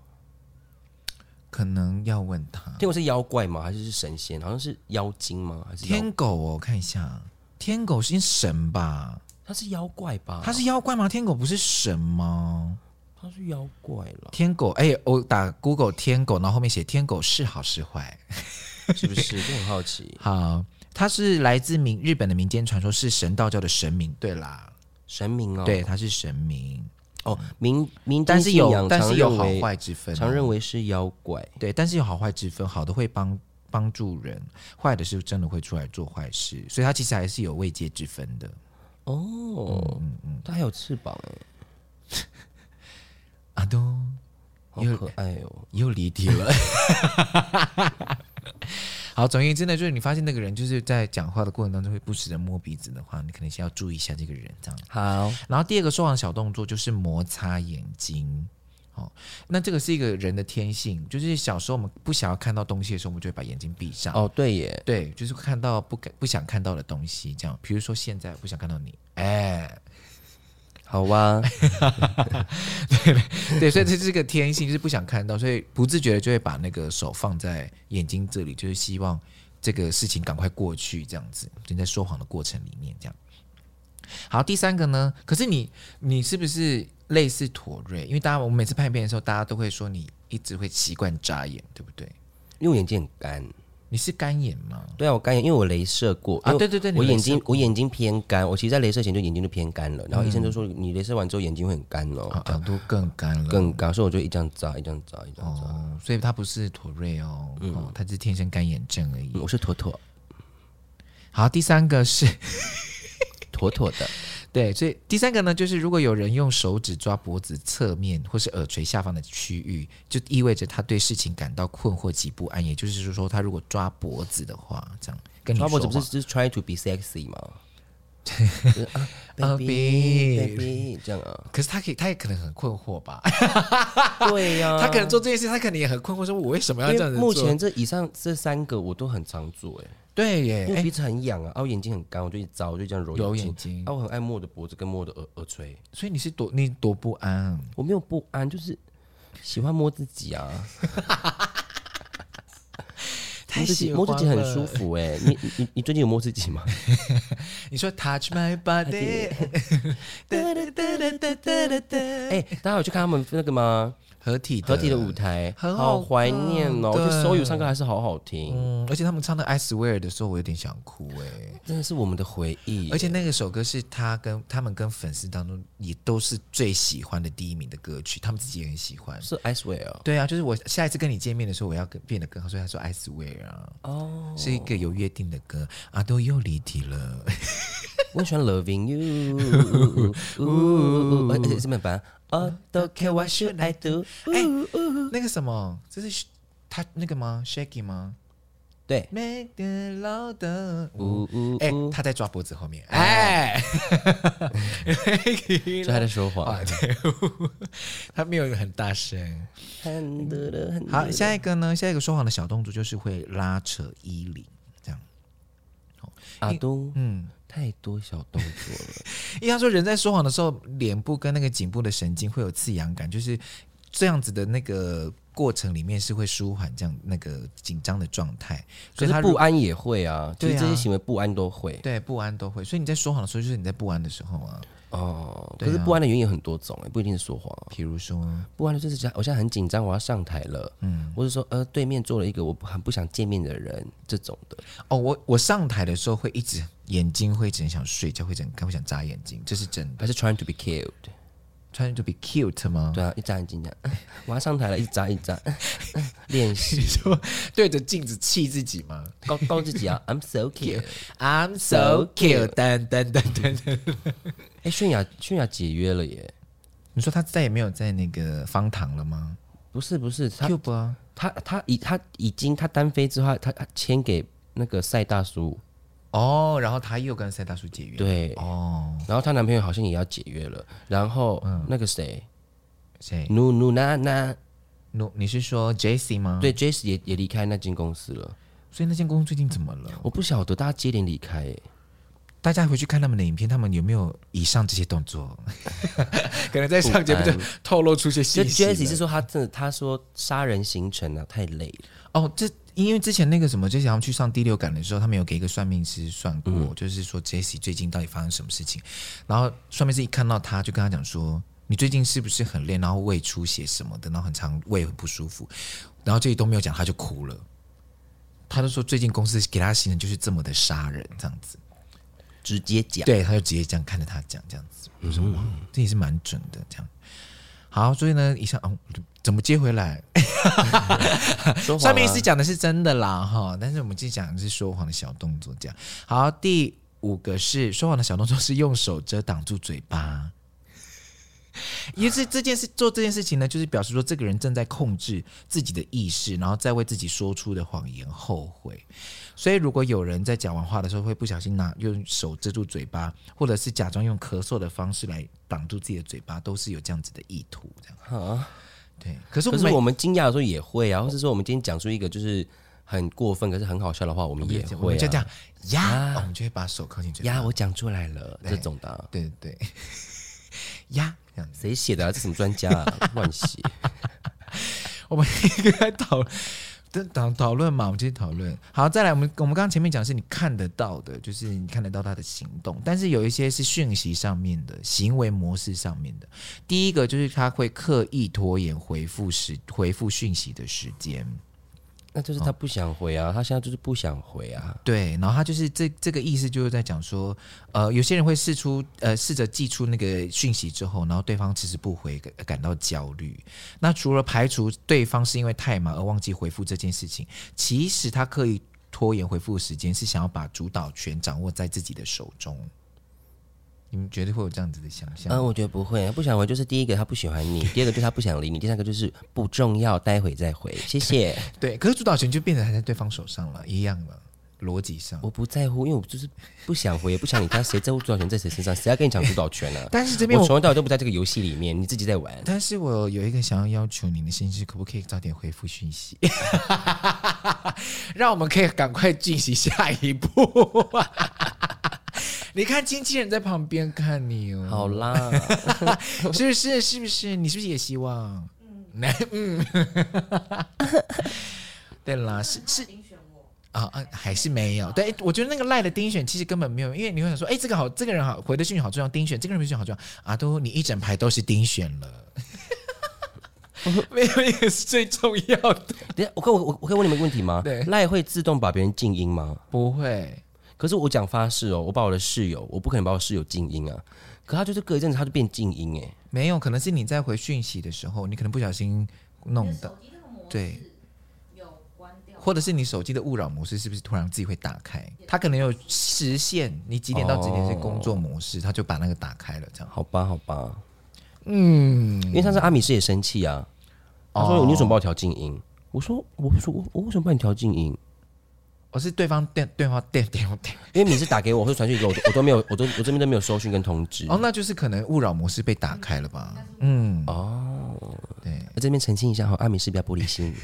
[SPEAKER 2] 可能要问他。
[SPEAKER 1] 天狗是妖怪吗？还是是神仙？好像是妖精吗？还是妖
[SPEAKER 2] 天狗哦，我看一下，天狗是神吧？
[SPEAKER 1] 它是妖怪吧？
[SPEAKER 2] 它是妖怪吗？天狗不是神吗？
[SPEAKER 1] 它是妖怪
[SPEAKER 2] *laughs*
[SPEAKER 1] 了，
[SPEAKER 2] 天狗，哎、我打 Google 天狗，然后后面写天狗是好是坏。
[SPEAKER 1] 是不是？就很好奇。
[SPEAKER 2] 好，它是来自民日本的民间传说，是神道教的神明。对啦，
[SPEAKER 1] 神明哦，
[SPEAKER 2] 对，他是神明，
[SPEAKER 1] 哦，民民间
[SPEAKER 2] 但是
[SPEAKER 1] 信
[SPEAKER 2] 有
[SPEAKER 1] 仰
[SPEAKER 2] 但是
[SPEAKER 1] 常
[SPEAKER 2] 有
[SPEAKER 1] 认
[SPEAKER 2] 好
[SPEAKER 1] 为
[SPEAKER 2] 坏之分哦，
[SPEAKER 1] 常认为是妖怪，
[SPEAKER 2] 对，但是有好坏之分，好的会帮帮助人，坏的是真的会出来做坏事，所以他其实还是有位阶之分的。嗯
[SPEAKER 1] 哦，它还有翅膀哎，
[SPEAKER 2] 啊，都
[SPEAKER 1] 好
[SPEAKER 2] 有
[SPEAKER 1] 可爱哦，
[SPEAKER 2] 又离题了。好，总而言之呢，就是你发现那个人就是在讲话的过程当中会不时的摸鼻子的话，你可能先要注意一下这个人这样。
[SPEAKER 1] *laughs* 好，
[SPEAKER 2] 然后第二个收藏小动作就是摩擦眼睛。哦，那这个是一个人的天性，就是小时候我们不想要看到东西的时候，我们就会把眼睛闭上。
[SPEAKER 1] 哦对耶，
[SPEAKER 2] 对，就是看到不敢不想看到的东西，这样。比如说现在不想看到你，哎，
[SPEAKER 1] 好啊
[SPEAKER 2] *laughs*
[SPEAKER 1] 哇，
[SPEAKER 2] 对，所以这是个天性，就是不想看到，所以不自觉的就会把那个手放在眼睛这里，就是希望这个事情赶快过去，这样子。就在说谎的过程里面，这样。好，第三个呢？可是你你是不是类似妥瑞？因为大家我们每次拍片的时候，大家都会说你一直会习惯眨眼，对不对？
[SPEAKER 1] 因为我眼睛很干，
[SPEAKER 2] 你是干眼吗？
[SPEAKER 1] 对啊，我干眼，因为我镭射过因
[SPEAKER 2] 啊，
[SPEAKER 1] 为
[SPEAKER 2] 对对对，你
[SPEAKER 1] 我
[SPEAKER 2] 没
[SPEAKER 1] 眼
[SPEAKER 2] 事
[SPEAKER 1] 睛我眼睛偏干，我其实在镭射前就眼睛就偏干了，然后医生就说你镭射完之后眼睛会很干哦
[SPEAKER 2] 嗯啊，耳朵更干了，
[SPEAKER 1] 更干，所以我就一这样眨一这样眨一这样眨，
[SPEAKER 2] 哦，所以他不是妥瑞哦，哦，他是天生干眼症而已。
[SPEAKER 1] 嗯嗯我是妥妥
[SPEAKER 2] 好，第三个是
[SPEAKER 1] 妥妥的，
[SPEAKER 2] 对，所以第三个呢，就是如果有人用手指抓脖子侧面或是耳垂下方的区域，就意味着他对事情感到困惑及不安，也就是说，他如果抓脖子的话，这样跟你
[SPEAKER 1] 抓
[SPEAKER 2] 说
[SPEAKER 1] 脖子
[SPEAKER 2] 话
[SPEAKER 1] 不是就是 try to be sexy
[SPEAKER 2] *laughs*
[SPEAKER 1] 吗？就是啊
[SPEAKER 2] 啊
[SPEAKER 1] ，baby
[SPEAKER 2] ，babe
[SPEAKER 1] baby 这样
[SPEAKER 2] *laughs*
[SPEAKER 1] 啊，
[SPEAKER 2] 可是他可以，他也可能很困惑吧？
[SPEAKER 1] 嗯对呀，
[SPEAKER 2] 他可能做这件事，他可能也很困惑，说我为什么要这
[SPEAKER 1] 因
[SPEAKER 2] 样
[SPEAKER 1] 为
[SPEAKER 2] 子做？
[SPEAKER 1] 目前这以上这三个我都很常做、欸，
[SPEAKER 2] 对耶，
[SPEAKER 1] 因为
[SPEAKER 2] 哎，
[SPEAKER 1] 鼻子很痒啊，啊，我眼睛很干，我就一找，我就这样揉
[SPEAKER 2] 揉
[SPEAKER 1] 眼
[SPEAKER 2] 眼
[SPEAKER 1] 睛，
[SPEAKER 2] 睛
[SPEAKER 1] 啊，，我很爱摸我的脖子跟摸我的耳耳垂，
[SPEAKER 2] 所以你是多你多不安。
[SPEAKER 1] 我没有不安，就是喜欢摸自己啊，
[SPEAKER 2] 太
[SPEAKER 1] 摸自
[SPEAKER 2] 喜
[SPEAKER 1] 己
[SPEAKER 2] 欢
[SPEAKER 1] 摸自己很
[SPEAKER 2] 了
[SPEAKER 1] 舒服
[SPEAKER 2] *laughs*
[SPEAKER 1] 哎、你你你你最近有摸自己吗？
[SPEAKER 2] 你说 Touch my
[SPEAKER 1] *laughs*
[SPEAKER 2] body，
[SPEAKER 1] 哎、大家有去看他们那个吗？
[SPEAKER 2] 合体
[SPEAKER 1] 合体的舞台，
[SPEAKER 2] 呃很好
[SPEAKER 1] 好怀念哦！
[SPEAKER 2] 看
[SPEAKER 1] 我觉得
[SPEAKER 2] 对
[SPEAKER 1] 手语唱歌还是好好听，
[SPEAKER 2] 嗯，而且他们唱的《I Swear》的时候，我有点想哭哎、
[SPEAKER 1] 真的是我们的回忆。
[SPEAKER 2] 而且那个首歌是他跟他们跟粉丝当中也都是最喜欢的第一名的歌曲，他们自己也很喜欢。
[SPEAKER 1] 是 I swear 哦
[SPEAKER 2] 对啊，就是我下一次跟你见面的时候，我要跟变得更好，所以他说《I Swear》啊，
[SPEAKER 1] 哦，
[SPEAKER 2] 是一个有约定的歌啊，都又离题了。 *laughs*
[SPEAKER 1] 我很喜欢 loving you，呜呜呜而且是面版。哦，Don't care what should I do？
[SPEAKER 2] 哎、那个什么，这是他那个吗？Shaky 吗
[SPEAKER 1] 对，
[SPEAKER 2] ？Make the louder，
[SPEAKER 1] 呜呜
[SPEAKER 2] 哎、
[SPEAKER 1] 呜，
[SPEAKER 2] 他在抓脖子后面，哎，
[SPEAKER 1] 就他在说话
[SPEAKER 2] 啊，，对， *laughs* 他没有很大声。
[SPEAKER 1] 很多的很
[SPEAKER 2] 好，下一个呢？下一个说谎的小动作就是会拉扯衣领，这样。
[SPEAKER 1] 阿东
[SPEAKER 2] 嗯，
[SPEAKER 1] 太多小动作了，
[SPEAKER 2] 因为他说人在说谎的时候，脸部跟那个颈部的神经会有刺痒感，就是这样子的那个过程里面是会舒缓这样那个紧张的状态，
[SPEAKER 1] 可
[SPEAKER 2] 所以他
[SPEAKER 1] 是不
[SPEAKER 2] 如
[SPEAKER 1] 安也会啊，其实
[SPEAKER 2] 对啊
[SPEAKER 1] 这些行为不安都会
[SPEAKER 2] 对不安都会。所以你在说谎的时候，就是你在不安的时候啊，
[SPEAKER 1] 哦。可
[SPEAKER 2] 对啊
[SPEAKER 1] 是不安的原因有很多种，哎不一定是说谎啊。
[SPEAKER 2] 比如说，
[SPEAKER 1] 不安的就是讲，我现在很紧张，我要上台了，嗯，或者说呃，对面坐了一个我不很不想见面的人，这种的。
[SPEAKER 2] 哦，我我上台的时候会一直眼睛会一直很想睡觉，会一直很看，会想眨眼睛，这是真的。
[SPEAKER 1] 还是 trying to be killed，
[SPEAKER 2] 哦穿着 be cute 吗？
[SPEAKER 1] 对啊，一眨眼睛这样， *laughs* 我要上台了，一眨一
[SPEAKER 2] *laughs*
[SPEAKER 1] 眨，练习
[SPEAKER 2] 你说对着镜子气自己吗
[SPEAKER 1] 告告自己啊，I'm so cute。
[SPEAKER 2] ？I'm so cute，等等等等等。
[SPEAKER 1] 哎，泫雅泫雅解约了耶？
[SPEAKER 2] 你说他再也没有在那个方糖了吗
[SPEAKER 1] 不是不是，她
[SPEAKER 2] ？Cube 啊，
[SPEAKER 1] 她她已她已经她单飞之后，她她签给那个赛大叔，
[SPEAKER 2] 哦，然后他又跟赛大叔解约，，
[SPEAKER 1] 对，
[SPEAKER 2] 哦，嗯
[SPEAKER 1] 然后她男朋友好像也要解约了，然后那个谁，
[SPEAKER 2] 谁？
[SPEAKER 1] 努努娜娜，
[SPEAKER 2] 你你是说 j c 吗？，
[SPEAKER 1] 对，Jace 也也离开那间公司了，
[SPEAKER 2] 所以那间公司最近怎么了？
[SPEAKER 1] 我不晓得大家接连离开欸耶，
[SPEAKER 2] 大家回去看他们的影片，他们有没有以上这些动作？ *laughs* 可能在上节目就透露出一
[SPEAKER 1] 就
[SPEAKER 2] 些信息了。
[SPEAKER 1] Jace 是说他真的他说杀人行程啊太累了，
[SPEAKER 2] 哦，这因为之前那个什么，就是他们去上第六感的时候，他们有给一个算命师算过，就是说 Jesse 最近到底发生什么事情。然后算命师一看到他，就跟他讲说：“你最近是不是很累？然后胃出血什么的，然后很常胃很不舒服。”然后这里都没有讲，他就哭了。他就说最近公司给他的行程就是这么的杀人这样子。
[SPEAKER 1] 直接讲，
[SPEAKER 2] 对，他就直接这样看着他讲这样子，我说哇，这也是蛮准的这样。好，所以呢，以上哦，怎么接回来？
[SPEAKER 1] 说谎啊
[SPEAKER 2] 算命师讲的是真的啦，哈，但是我们今天讲的是说谎的小动作，这样。好，第五个是说谎的小动作是用手遮挡住嘴巴，也是这件事做这件事情呢，就是表示说这个人正在控制自己的意识，然后再为自己说出的谎言后悔。所以，如果有人在讲完话的时候会不小心拿用手遮住嘴巴，或者是假装用咳嗽的方式来挡住自己的嘴巴，都是有这样子的意图。这样
[SPEAKER 1] 啊。
[SPEAKER 2] 对，可是我
[SPEAKER 1] 可
[SPEAKER 2] 们
[SPEAKER 1] 是我们惊讶的时候也会啊，或是说我们今天讲出一个就是很过分，可是很好笑的话，我们也
[SPEAKER 2] 我
[SPEAKER 1] 会
[SPEAKER 2] 们就这
[SPEAKER 1] 啊。
[SPEAKER 2] 样呀，哦我们就会把手靠近嘴
[SPEAKER 1] 呀，
[SPEAKER 2] 巴，
[SPEAKER 1] 我讲出来了，这种的啊，
[SPEAKER 2] 对对 *laughs* 对，呀这样子。
[SPEAKER 1] 谁写的啊？这什么专家啊？ *laughs* 乱写。
[SPEAKER 2] 我们应该讨讨讨论嘛，我们继续讨论。好，再来，我们我们刚刚前面讲的是你看得到的，就是你看得到他的行动，但是有一些是讯息上面的行为模式上面的。第一个就是他会刻意拖延回复时回复讯息的时间。
[SPEAKER 1] 那就是他不想回啊，他现在就是不想回啊。
[SPEAKER 2] 对，然后他就是这这个意思，就是在讲说，呃，有些人会试出呃试着寄出那个讯息之后，然后对方迟迟不回，感感到焦虑。那除了排除对方是因为太忙而忘记回复这件事情，其实他刻意拖延回复的时间，是想要把主导权掌握在自己的手中。你们绝对会有这样子的想象，
[SPEAKER 1] 嗯，我觉得不会，不想回就是第一个他不喜欢你，第二个就是他不想理你，第三个就是不重要，待会再回，谢谢。
[SPEAKER 2] 对。可是主导权就变成还在对方手上了，一样了，逻辑上。
[SPEAKER 1] 我不在乎，因为我就是不想回，也不想理他，谁在乎主导权在谁身上？谁要跟你抢主导权啊？
[SPEAKER 2] 但是这边
[SPEAKER 1] 我
[SPEAKER 2] 我
[SPEAKER 1] 从头到尾都不在这个游戏里面，你自己在玩。
[SPEAKER 2] 但是我有一个想要要求你的心是，可不可以早点回复讯息， *laughs* 让我们可以赶快进行下一步。 *laughs* 你看经纪人在旁边看你哦，
[SPEAKER 1] 好啦，
[SPEAKER 2] *laughs* 是不是？是不是？你是不是也希望？嗯， *laughs* 嗯，对啦，是是。啊啊，还是没有。对，我觉得那个赖的丁选其实根本没有，因为你会想说，哎、这个好，这个人好，回的讯息好重要，丁选，这个人回的讯息好重要啊，都你一整排都是丁选了， *laughs* 没有一个是最重要的。
[SPEAKER 1] 等一下我可以我我我可以问你们一个问题吗？
[SPEAKER 2] 对
[SPEAKER 1] 赖会自动把别人静音吗？
[SPEAKER 2] 不会，
[SPEAKER 1] 可是我讲发誓哦，我把我的室友，我不可能把我室友静音啊。可他就是隔一阵子他就变静音哎、
[SPEAKER 2] 没有，可能是你在回讯息的时候，你可能不小心弄的，对，或者是你手机的勿扰模式是不是突然自己会打开？它可能有时限，你几点到几点是工作模式，它就把那个打开了，这样。
[SPEAKER 1] 好吧好吧，
[SPEAKER 2] 嗯，
[SPEAKER 1] 因为上次阿米斯也生气啊，他说、
[SPEAKER 2] 哦
[SPEAKER 1] 你为什么把我调静音？我说我不说我我为什么把你调静音？
[SPEAKER 2] 我哦是对方电对方电电话电，
[SPEAKER 1] 因为米斯打给我或者传讯给我，我都我都没有，我都我这边都没有收讯跟通知。
[SPEAKER 2] 哦，那就是可能勿扰模式被打开了吧？嗯，
[SPEAKER 1] 那啊这边澄清一下哈，阿米斯不要玻璃心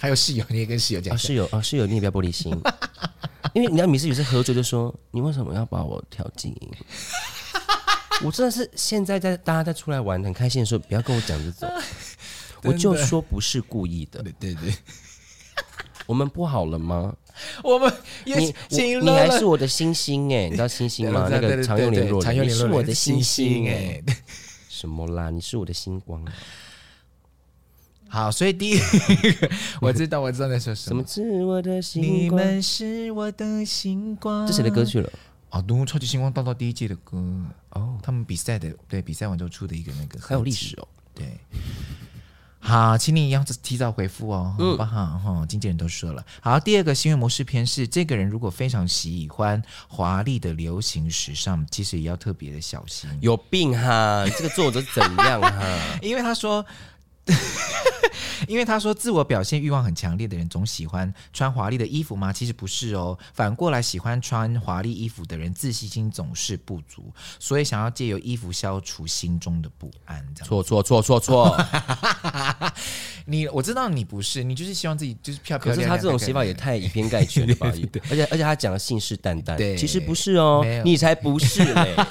[SPEAKER 2] 还有室友，你也跟室友讲
[SPEAKER 1] 啊，
[SPEAKER 2] 一下，
[SPEAKER 1] 室友啊，室友你也不要玻璃
[SPEAKER 2] *laughs*
[SPEAKER 1] 心，因为你知道米斯有些喝醉就说你为什么要把我调静音？我真的是现在在大家在出来玩很开心的时候，不要跟我讲
[SPEAKER 2] *laughs*
[SPEAKER 1] 这种，我就说不是故意的，
[SPEAKER 2] 对对对，
[SPEAKER 1] 我们不好了吗？
[SPEAKER 2] 我们也
[SPEAKER 1] 你
[SPEAKER 2] 请
[SPEAKER 1] 我
[SPEAKER 2] 了
[SPEAKER 1] 你还
[SPEAKER 2] 了
[SPEAKER 1] 是我的星星哎，你知道星星吗？那
[SPEAKER 2] 对对
[SPEAKER 1] 个
[SPEAKER 2] 对
[SPEAKER 1] 常用
[SPEAKER 2] 对
[SPEAKER 1] 联络人，
[SPEAKER 2] 常用
[SPEAKER 1] 你
[SPEAKER 2] 联络
[SPEAKER 1] 是
[SPEAKER 2] 人
[SPEAKER 1] 我的星
[SPEAKER 2] 星
[SPEAKER 1] 星哎，
[SPEAKER 2] 哎。
[SPEAKER 1] 什么啦？你是我的星光啊，
[SPEAKER 2] 好，所以第一个我知道我知道在说什
[SPEAKER 1] 怎
[SPEAKER 2] 么
[SPEAKER 1] 么。是我的星
[SPEAKER 2] 你
[SPEAKER 1] 光？
[SPEAKER 2] 们是我的星光。
[SPEAKER 1] 这谁的歌曲了？
[SPEAKER 2] 啊，都超级星光大道第一届的歌哦，他们比赛的对比赛完之后出的一个那个，
[SPEAKER 1] 还有历史哦。
[SPEAKER 2] 对。好，请你一样提早回复哦，好不好？哈、经纪人都说了。好，第二个行为模式偏是，这个人如果非常喜欢华丽的流行时尚，其实也要特别的小心，
[SPEAKER 1] 有病哈！你这个作者怎样
[SPEAKER 2] *laughs*
[SPEAKER 1] 哈？
[SPEAKER 2] 因为他说。因为他说，自我表现欲望很强烈的人总喜欢穿华丽的衣服吗？其实不是哦，反过来，喜欢穿华丽衣服的人自信心总是不足，所以想要借由衣服消除心中的不安。这样，
[SPEAKER 1] 错错错错错！
[SPEAKER 2] 你我知道你不是，你就是希望自己就是漂
[SPEAKER 1] 可
[SPEAKER 2] 漂亮
[SPEAKER 1] 是
[SPEAKER 2] 亮。
[SPEAKER 1] 他这种写法也太以偏概全了
[SPEAKER 2] *laughs*
[SPEAKER 1] 吧？而且而且他讲的信誓旦旦，
[SPEAKER 2] 对
[SPEAKER 1] 其实不是哦
[SPEAKER 2] 没有，
[SPEAKER 1] 你才不是
[SPEAKER 2] *laughs*
[SPEAKER 1] 嘞！ *laughs*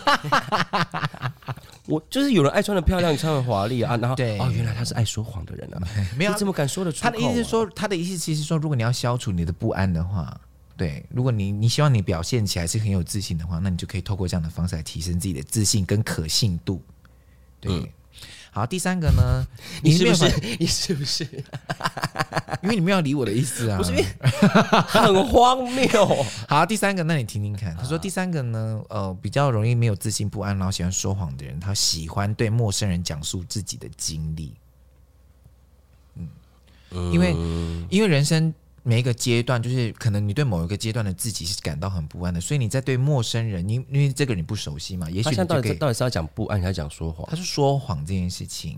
[SPEAKER 1] 我就是有人爱穿的漂亮，穿的华丽啊，然后
[SPEAKER 2] 对
[SPEAKER 1] 哦，原来他是爱说谎的人啊！
[SPEAKER 2] 没有
[SPEAKER 1] 你怎么敢说得出口
[SPEAKER 2] 他
[SPEAKER 1] 啊？
[SPEAKER 2] 的意思是说，他的意思其实是说，如果你要消除你的不安的话，对，如果你你希望你表现起来是很有自信的话，那你就可以透过这样的方式来提升自己的自信跟可信度。对，好，第三个呢，
[SPEAKER 1] 嗯 *laughs* 你是
[SPEAKER 2] 没
[SPEAKER 1] 不是
[SPEAKER 2] 有办法？
[SPEAKER 1] 你是不是？
[SPEAKER 2] 因为你没有理我的意
[SPEAKER 1] *laughs*
[SPEAKER 2] 思啊。
[SPEAKER 1] 不是因为很荒 *laughs* 谬。
[SPEAKER 2] 好，第三个，那你听听看。他说第三个呢，呃，比较容易没有自信、不安，然后喜欢说谎的人，他喜欢对陌生人讲述自己的经历。嗯，因为因为人生每一个阶段，就是可能你对某一个阶段的自己是感到很不安的，所以你在对陌生人，你因为这个人你不熟悉嘛，也许
[SPEAKER 1] 他
[SPEAKER 2] 你
[SPEAKER 1] 现在到
[SPEAKER 2] 就可
[SPEAKER 1] 底
[SPEAKER 2] 以
[SPEAKER 1] 到底是要讲不安，还是讲说谎？
[SPEAKER 2] 他是说谎这件事情。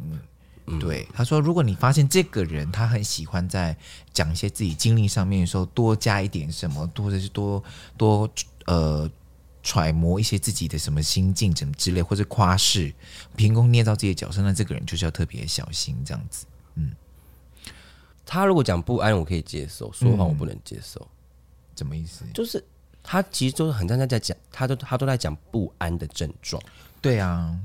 [SPEAKER 2] 对，他说，如果你发现这个人他很喜欢在讲一些自己经历上面的时候，多加一点什么，或者是多多呃揣摩一些自己的什么心境怎么之类，或者夸饰、凭空捏造自己的角色，那这个人就是要特别小心这样子。
[SPEAKER 1] 他如果讲不安，我可以接受；说谎我不能接受。
[SPEAKER 2] 嗯什么意思？
[SPEAKER 1] 就是他其实就是很常在在讲，他都他都在讲不安的症状。
[SPEAKER 2] 对啊，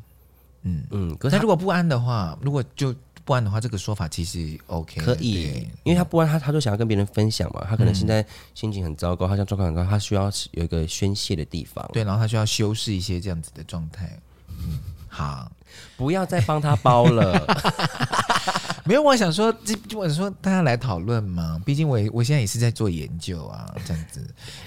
[SPEAKER 1] 嗯，可
[SPEAKER 2] 可
[SPEAKER 1] 是
[SPEAKER 2] 他
[SPEAKER 1] 他
[SPEAKER 2] 如果不安的话，如果就不安的话，这个说法其实 OK
[SPEAKER 1] 可
[SPEAKER 2] 的嗯
[SPEAKER 1] 以
[SPEAKER 2] 对，
[SPEAKER 1] 因为他不安，他他就想要跟别人分享嘛。他可能现在心情很糟糕，他像状况很高，他需要有一个宣泄的地方。
[SPEAKER 2] 对，然后他需要修饰一些这样子的状态。嗯，好。
[SPEAKER 1] 不要再帮他包了。
[SPEAKER 2] *laughs* 没有，我想说，这我想说大家来讨论嘛，毕竟我也我现在也是在做研究啊，这样子，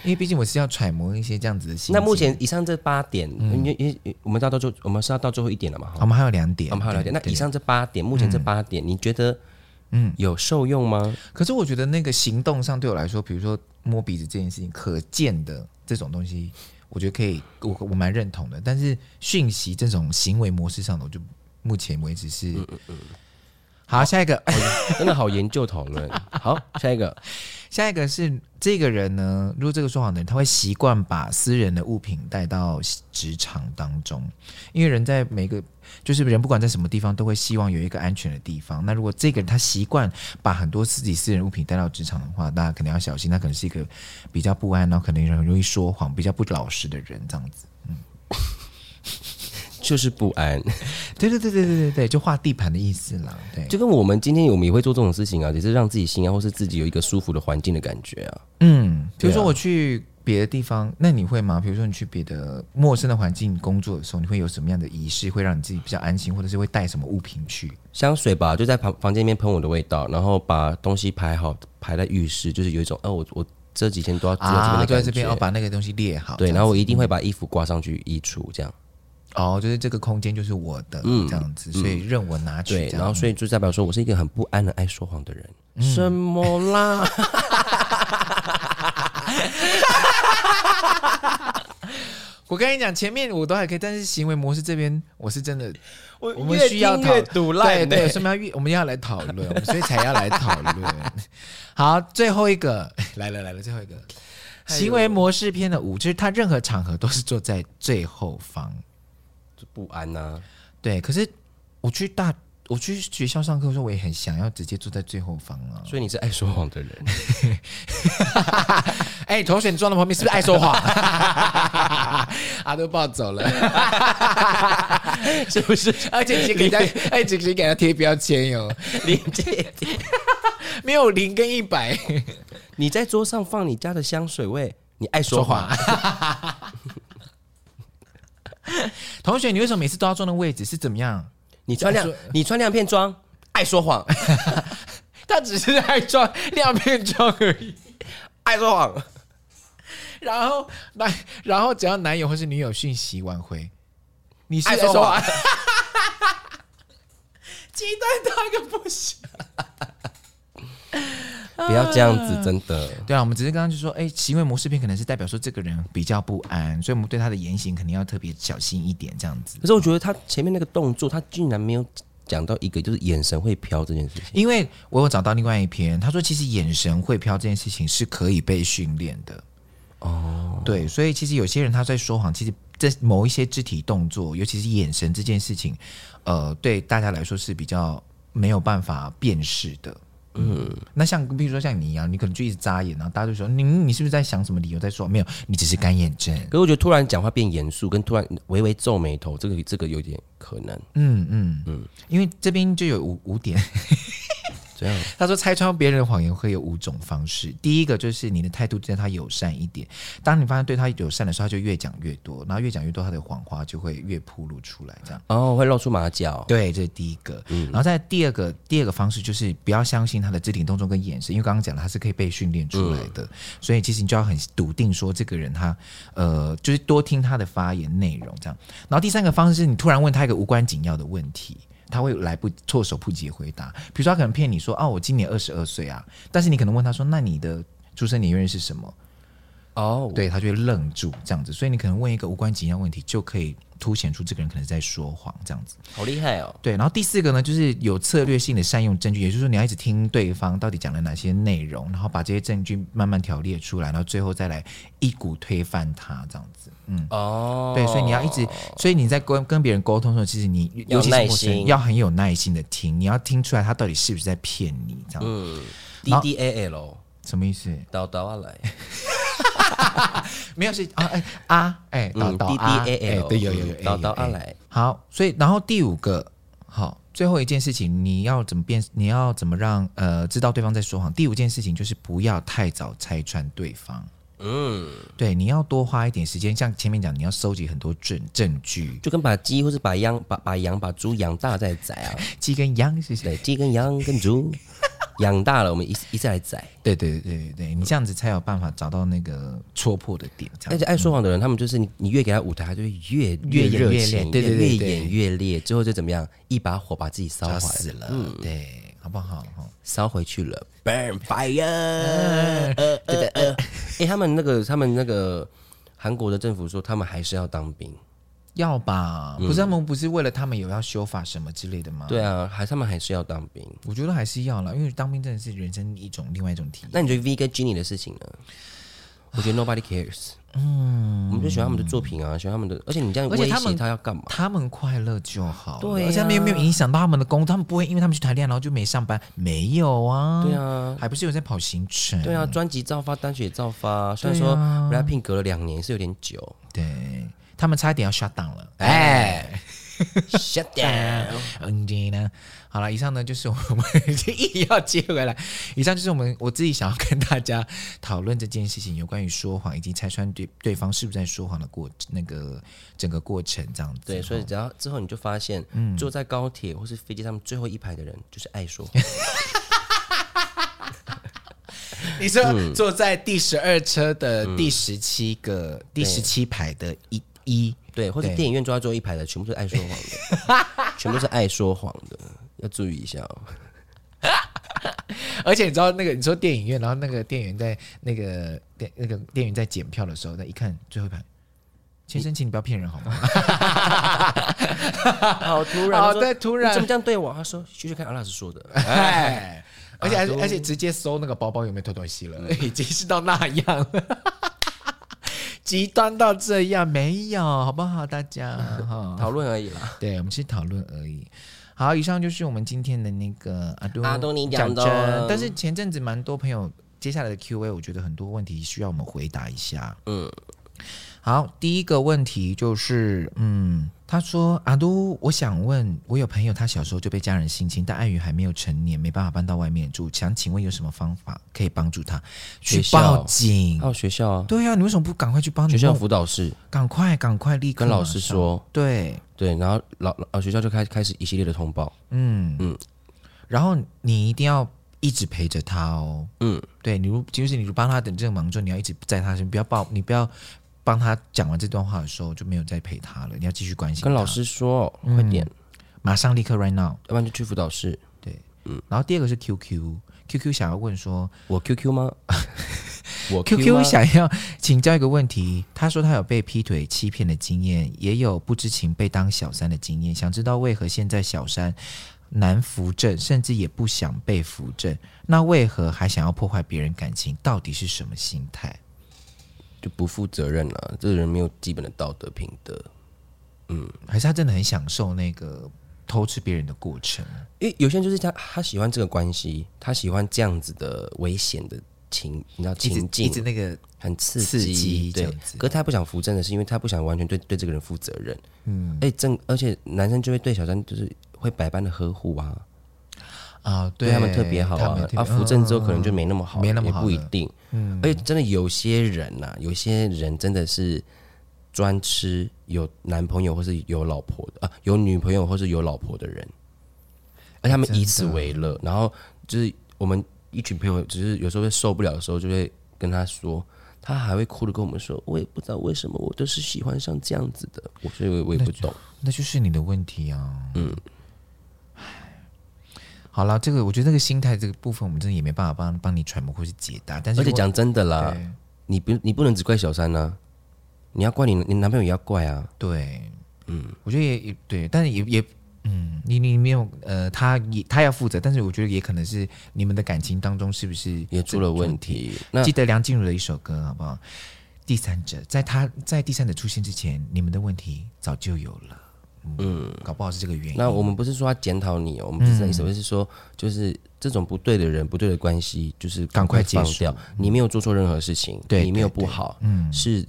[SPEAKER 2] 因为毕竟我是要揣摩一些这样子的心情。
[SPEAKER 1] 那目前以上这八点，
[SPEAKER 2] 嗯
[SPEAKER 1] 因为因为我们到到最后我们是要到最后一点了嘛？
[SPEAKER 2] 好
[SPEAKER 1] 哈
[SPEAKER 2] 我们还有两点，
[SPEAKER 1] 我们哦还有聊点。那
[SPEAKER 2] 对嗯
[SPEAKER 1] 以，上这八点，目前这八点，你觉得嗯有受用
[SPEAKER 2] *laughs*
[SPEAKER 1] 吗？
[SPEAKER 2] 可是我觉得那个行动上对我来说，比如说摸鼻子这件事情，可见的这种东西，我觉得可以，我我蛮认同的。但是讯息这种行为模式上的，我就目前为止是，
[SPEAKER 1] 嗯
[SPEAKER 2] 好，下一个，
[SPEAKER 1] 真的好研究讨论。好，下一个，
[SPEAKER 2] *laughs* 下一个是这个人呢，如果这个说谎的人，他会习惯把私人的物品带到职场当中，因为人在每个就是人不管在什么地方，都会希望有一个安全的地方。那如果这个人他习惯把很多自己私人物品带到职场的话，大家肯定要小心，他可能是一个比较不安，然后可能很容易说谎、比较不老实的人这样子。
[SPEAKER 1] 就是不安，
[SPEAKER 2] 对对对对对对对，就画地盘的意思啦。对，
[SPEAKER 1] 就跟我们今天我们也会做这种事情啊，也是让自己心安，或是自己有一个舒服的环境的感觉啊。
[SPEAKER 2] 嗯，比如
[SPEAKER 1] 对
[SPEAKER 2] 说
[SPEAKER 1] 啊
[SPEAKER 2] 我去别的地方，那你会吗？比如说你去别的陌生的环境工作的时候，你会有什么样的仪式，会让你自己比较安心，或者是会带什么物品去？
[SPEAKER 1] 香水吧，就在房房间里面喷我的味道，然后把东西排好，排在浴室，就是有一种，哦、我我这几天都要住在这啊边的
[SPEAKER 2] 就在
[SPEAKER 1] 感
[SPEAKER 2] 这
[SPEAKER 1] 觉。
[SPEAKER 2] 边哦，把那个东西列好。
[SPEAKER 1] 对，
[SPEAKER 2] 这
[SPEAKER 1] 然
[SPEAKER 2] 样
[SPEAKER 1] 后
[SPEAKER 2] 子嗯
[SPEAKER 1] 我一定会把衣服挂上去衣橱这样。
[SPEAKER 2] 哦，就是这个空间就是我的，这样子，所以任我拿
[SPEAKER 1] 嗯
[SPEAKER 2] 取。
[SPEAKER 1] 对，
[SPEAKER 2] 这
[SPEAKER 1] 然
[SPEAKER 2] 样
[SPEAKER 1] 后
[SPEAKER 2] 嗯
[SPEAKER 1] 所以就代表说我是一个很不安的、爱说谎的人。什么啦？
[SPEAKER 2] 我跟你讲，前面我都还可以，但是行为模式这边我是真的，
[SPEAKER 1] 我
[SPEAKER 2] 我们需要讨
[SPEAKER 1] 毒
[SPEAKER 2] 对对，所以我们要越 *laughs* 我们要来讨论，我们所以才要来讨论。 *laughs* 好，最后一个， *laughs* 来了来了，最后一个行为模式篇的五，就是他任何场合都是坐在最后方。
[SPEAKER 1] 不安啊呐、
[SPEAKER 2] 对，可是我去大我去学校上课的时候，我也很想要直接坐在最后方啊。
[SPEAKER 1] 所以你是爱说谎的人。
[SPEAKER 2] 哎、同学，你坐在旁边是不是爱说谎？ *laughs* 啊，都抱走了， *laughs* 是不是？而且只给他，哎，只是给他贴标签哟，
[SPEAKER 1] 你这，
[SPEAKER 2] *laughs* 没有零跟一百。
[SPEAKER 1] *laughs* 你在桌上放你家的香水味，你爱说谎。。
[SPEAKER 2] 同学，你为什么每次都要坐那个位置？是怎么样？
[SPEAKER 1] 你穿亮
[SPEAKER 2] 爱，
[SPEAKER 1] 你穿亮片装，爱说谎，
[SPEAKER 2] 他只是爱装亮片装而已。
[SPEAKER 1] *laughs* 爱说谎。
[SPEAKER 2] 然后男，然后只要男友或是女友讯息挽回，你是
[SPEAKER 1] 爱
[SPEAKER 2] 在
[SPEAKER 1] 说
[SPEAKER 2] 说
[SPEAKER 1] 谎，
[SPEAKER 2] 鸡蛋大个不行。
[SPEAKER 1] 不要这样子，真的。
[SPEAKER 2] 对啊，我们只是刚刚就说，哎，行为模式片可能是代表说这个人比较不安，所以我们对他的言行肯定要特别小心一点，这样子。
[SPEAKER 1] 可是我觉得他前面那个动作，他竟然没有讲到一个就是眼神会飘这件事情。
[SPEAKER 2] 因为我有找到另外一篇，他说其实眼神会飘这件事情是可以被训练的。哦，对，所以其实有些人他在说谎，其实这某一些肢体动作，尤其是眼神这件事情，呃，对大家来说是比较没有办法辨识的。嗯，那像比如说像你一啊样，你可能就一直眨眼，然后大家就说你你是不是在想什么理由在说？没有，你只是干眼症。
[SPEAKER 1] 可是我觉得突然讲话变严肃，跟突然微微皱眉头，这个这个有点可能。
[SPEAKER 2] 嗯嗯嗯嗯，因为这边就有五五点，
[SPEAKER 1] 怎样？
[SPEAKER 2] 他说拆穿别人的谎言会有五种方式，第一个就是你的态度对他友善一点，当你发现对他友善的时候，他就越讲越多，然后越讲越多，他的谎话就会越铺露出来，这样。
[SPEAKER 1] 哦，会露出马脚。
[SPEAKER 2] 对，这是第一个。然后再第二个，第二个方式就是不要相信他的肢体动作跟眼神，因为刚刚讲了，他是可以被训练出来的，所以其实你就要很笃定说这个人他呃，就是多听他的发言内容这样。然后第三个方式是你突然问他一个无关紧要的问题。他会来不措手不及地回答，比如说他可能骗你说哦，我今年二十二岁啊，但是你可能问他说，那你的出生年月日是什么？
[SPEAKER 1] 哦，
[SPEAKER 2] 对他就会愣住这样子，所以你可能问一个无关紧要问题，就可以凸显出这个人可能在说谎这样子。
[SPEAKER 1] 好厉害哦。
[SPEAKER 2] 对，然后第四个呢，就是有策略性的善用证据，也就是说你要一直听对方到底讲了哪些内容，然后把这些证据慢慢条列出来，然后最后再来一股推翻它，这样子。嗯，
[SPEAKER 1] 哦，
[SPEAKER 2] 对，所以你要一直，所以你在跟跟别人沟通的时候，其实你
[SPEAKER 1] 要
[SPEAKER 2] 尤其是
[SPEAKER 1] 耐
[SPEAKER 2] 陌生人
[SPEAKER 1] 心
[SPEAKER 2] 要很有耐心的听，你要听出来他到底是不是在骗你，这样、
[SPEAKER 1] 嗯，D
[SPEAKER 2] 然后
[SPEAKER 1] D A L，
[SPEAKER 2] 什么意思？
[SPEAKER 1] 叨叨啊来，
[SPEAKER 2] 没有是啊哎啊哎，导
[SPEAKER 1] 嗯
[SPEAKER 2] 导
[SPEAKER 1] ，D D
[SPEAKER 2] 啊
[SPEAKER 1] A
[SPEAKER 2] 哎
[SPEAKER 1] L，
[SPEAKER 2] 对有有有哎
[SPEAKER 1] 叨叨啊
[SPEAKER 2] 哎
[SPEAKER 1] 来，
[SPEAKER 2] 好，所以然后第五个，好，最后一件事情，你要怎么辨？你要怎么让呃知道对方在说谎？第五件事情就是不要太早拆穿对方。
[SPEAKER 1] 嗯，
[SPEAKER 2] 对，你要多花一点时间，像前面讲，你要收集很多证证据，
[SPEAKER 1] 就跟把鸡或是把羊、把把羊、把猪养大再宰 *laughs* 啊。
[SPEAKER 2] 鸡跟羊是谁？
[SPEAKER 1] 对，鸡跟羊跟 *laughs* 猪养大了，我们一一再来宰。
[SPEAKER 2] 对对对对对对，你这样子才有办法找到那个戳破的点，这
[SPEAKER 1] 而
[SPEAKER 2] 样
[SPEAKER 1] 且爱说谎的人，他们就是你，你越给他舞台，他就会越
[SPEAKER 2] 越演
[SPEAKER 1] 热
[SPEAKER 2] 越烈
[SPEAKER 1] 情，
[SPEAKER 2] 对对对
[SPEAKER 1] 越
[SPEAKER 2] 对
[SPEAKER 1] 演越烈，最后就怎么样，一把火把自己烧
[SPEAKER 2] 找
[SPEAKER 1] 坏
[SPEAKER 2] 死
[SPEAKER 1] 了，
[SPEAKER 2] 了，对，好不好？哦
[SPEAKER 1] 烧回去了，burn fire，呃对的， *laughs* 呃，哎，他们那个，他们那个韩国的政府说，他们还是要当兵，
[SPEAKER 2] 要吧？不是他们不是为了他们有要修法什么之类的吗？
[SPEAKER 1] 对啊，还他们还是要当兵。
[SPEAKER 2] 我觉得还是要啦，因为当兵真的是人生一种另外一种体验。
[SPEAKER 1] 那你觉得 V 跟 Jenny 的事情呢？我觉得 nobody cares，嗯，我们就喜欢他们的作品啊，喜欢他们的，而且你这样
[SPEAKER 2] 而
[SPEAKER 1] 威
[SPEAKER 2] 且他
[SPEAKER 1] 胁
[SPEAKER 2] 们
[SPEAKER 1] 他要干嘛？
[SPEAKER 2] 他们快乐就好了，
[SPEAKER 1] 对啊
[SPEAKER 2] 而且没有没有影响到他们的工作，他们不会因为他们去谈恋爱然后就没上班，没有啊，
[SPEAKER 1] 对，啊，
[SPEAKER 2] 还不是有在跑行程，
[SPEAKER 1] 对啊，专辑照发，单曲也照发。虽然说 rapping 隔了两年是有点久 *laughs*
[SPEAKER 2] 对他们差一点要 shut down 了，
[SPEAKER 1] 哎，shut *laughs* down。
[SPEAKER 2] 嗯，对呢，好了，以上呢就是我们 *laughs* 一定要接回来。以上就是我们我自己想要跟大家讨论这件事情，有关于说谎以及拆穿对对方是不是在说谎的过那个整个过程这样子。
[SPEAKER 1] 对，所以只要之后你就发现，坐在高铁或是飞机上面最后一排的人就是爱 *laughs* 说谎，
[SPEAKER 2] 你
[SPEAKER 1] 嗯
[SPEAKER 2] 说坐在第十二车的第十七个、第十七排的一一，
[SPEAKER 1] 对，或者
[SPEAKER 2] 对
[SPEAKER 1] 电影院坐在最后一排的全部都是爱说谎的， *laughs* 全部都是爱说谎的，要注意一下哦。
[SPEAKER 2] 而且你知道那个你说电影院，然后那个店员在那个店那个店员在检票的时候，那一看最后一排，先生，请你不要骗人好吗？
[SPEAKER 1] *laughs* 好突
[SPEAKER 2] 好
[SPEAKER 1] 然，
[SPEAKER 2] 对突然
[SPEAKER 1] 你怎么这样对我？他说学学看阿拉斯说的，
[SPEAKER 2] *laughs* 哎，而且
[SPEAKER 1] 啊
[SPEAKER 2] 而
[SPEAKER 1] 都
[SPEAKER 2] 且而且直接搜那个包包有没有偷东西了， *laughs* 已经是到那样 *laughs* 了。极端到这样没有，好不好？大家哈， *laughs*
[SPEAKER 1] 讨论而已啦。
[SPEAKER 2] 对，我们是讨论而已。好，以上就是我们今天的那个阿多
[SPEAKER 1] 阿多尼啊讲的哦
[SPEAKER 2] 真。但是前阵子蛮多朋友接下来的 Q&A，我觉得很多问题需要我们回答一下。
[SPEAKER 1] 嗯，
[SPEAKER 2] 好，第一个问题就是，嗯，他说阿都，我想问，我有朋友他小时候就被家人性侵，但碍于还没有成年，没办法搬到外面住，想请问有什么方法可以帮助他去
[SPEAKER 1] 学校
[SPEAKER 2] 报警
[SPEAKER 1] 还？有学校啊，
[SPEAKER 2] 对呀、啊，你为什么不赶快去帮你
[SPEAKER 1] 学校
[SPEAKER 2] 弄？
[SPEAKER 1] 辅导室
[SPEAKER 2] 赶快，赶快，立刻
[SPEAKER 1] 跟老师
[SPEAKER 2] 马上。
[SPEAKER 1] 说，
[SPEAKER 2] 对，
[SPEAKER 1] 对，然后老老学校就开开始一系列的通报。
[SPEAKER 2] 嗯
[SPEAKER 1] 嗯
[SPEAKER 2] 然后你一定要一直陪着他哦。
[SPEAKER 1] 嗯，
[SPEAKER 2] 对，你如就是你如帮他等这个忙之后，你要一直在他身边，不要抱，你不要帮他讲完这段话的时候就没有再陪他了，你要继续关心他
[SPEAKER 1] 跟老师说，哦
[SPEAKER 2] 嗯
[SPEAKER 1] 快点，
[SPEAKER 2] 马上立刻 right now。
[SPEAKER 1] 要不然就去辅导室。嗯
[SPEAKER 2] 然后第二个是 QQ，QQ 想要问说
[SPEAKER 1] 我 QQ
[SPEAKER 2] *laughs*
[SPEAKER 1] 吗？我
[SPEAKER 2] ，QQ
[SPEAKER 1] 吗
[SPEAKER 2] 想要请教一个问题，他说他有被劈腿欺骗的经验，也有不知情被当小三的经验，想知道为何现在小三难扶正，甚至也不想被扶正，那为何还想要破坏别人感情，到底是什么心态？
[SPEAKER 1] 就不负责任了、这个人没有基本的道德品德。
[SPEAKER 2] 还是他真的很享受那个偷吃别人的过程？
[SPEAKER 1] 因为有些人就是他，他喜欢这个关系，他喜欢这样子的危险的情，你知道
[SPEAKER 2] 一
[SPEAKER 1] 情
[SPEAKER 2] 直一
[SPEAKER 1] 境
[SPEAKER 2] 直那个
[SPEAKER 1] 很刺
[SPEAKER 2] 刺激这
[SPEAKER 1] 对
[SPEAKER 2] 样子。
[SPEAKER 1] 可是他不想扶正的是，因为他不想完全对对这个人负责任。嗯，哎，正而且男生就会对小三就是会百般的呵护啊，
[SPEAKER 2] 啊，
[SPEAKER 1] 对他们特别好
[SPEAKER 2] 他
[SPEAKER 1] 啊
[SPEAKER 2] 们。特别嗯
[SPEAKER 1] 啊，扶正之后可能就没那么好，
[SPEAKER 2] 没那么好嗯
[SPEAKER 1] 也不一
[SPEAKER 2] 了
[SPEAKER 1] 定。而且真的有些人呐、有些人真的是专吃有男朋友或是有老婆的啊，有女朋友或是有老婆的人，而他们以此为
[SPEAKER 2] 哎
[SPEAKER 1] 乐。然后就是我们一群朋友，只是有时候会受不了的时候，就会跟他说。他还会哭着跟我们说：“我也不知道为什么，我就是喜欢上这样子的。”我所以我也我也不懂。
[SPEAKER 2] 那就是你的问题啊。嗯，好了，这个我觉得这个心态这个部分，我们真的也没办法帮帮你揣摩或是解答。但是
[SPEAKER 1] 而且
[SPEAKER 2] 如果
[SPEAKER 1] 讲真的啦，
[SPEAKER 2] 对
[SPEAKER 1] 你不你不能只怪小三啊，你要怪你你男朋友也要怪啊。
[SPEAKER 2] 对，嗯，我觉得也也对，但是也也。嗯，你你没有呃，他也他要负责，但是我觉得也可能是你们的感情当中是不是
[SPEAKER 1] 也出了问题。那
[SPEAKER 2] 记得梁静茹的一首歌，好不好？第三者，在他在第三者出现之前，你们的问题早就有了。嗯，搞不好是这个原因。
[SPEAKER 1] 那我们不是说要检讨你哦，我们
[SPEAKER 2] 嗯
[SPEAKER 1] 不是在意思，而是说就是这种不对的人、不对的关系，就是
[SPEAKER 2] 赶快
[SPEAKER 1] 放
[SPEAKER 2] 结束
[SPEAKER 1] 掉。你没有做错任何事情，
[SPEAKER 2] 对
[SPEAKER 1] 你没有
[SPEAKER 2] 对
[SPEAKER 1] 不好，嗯，是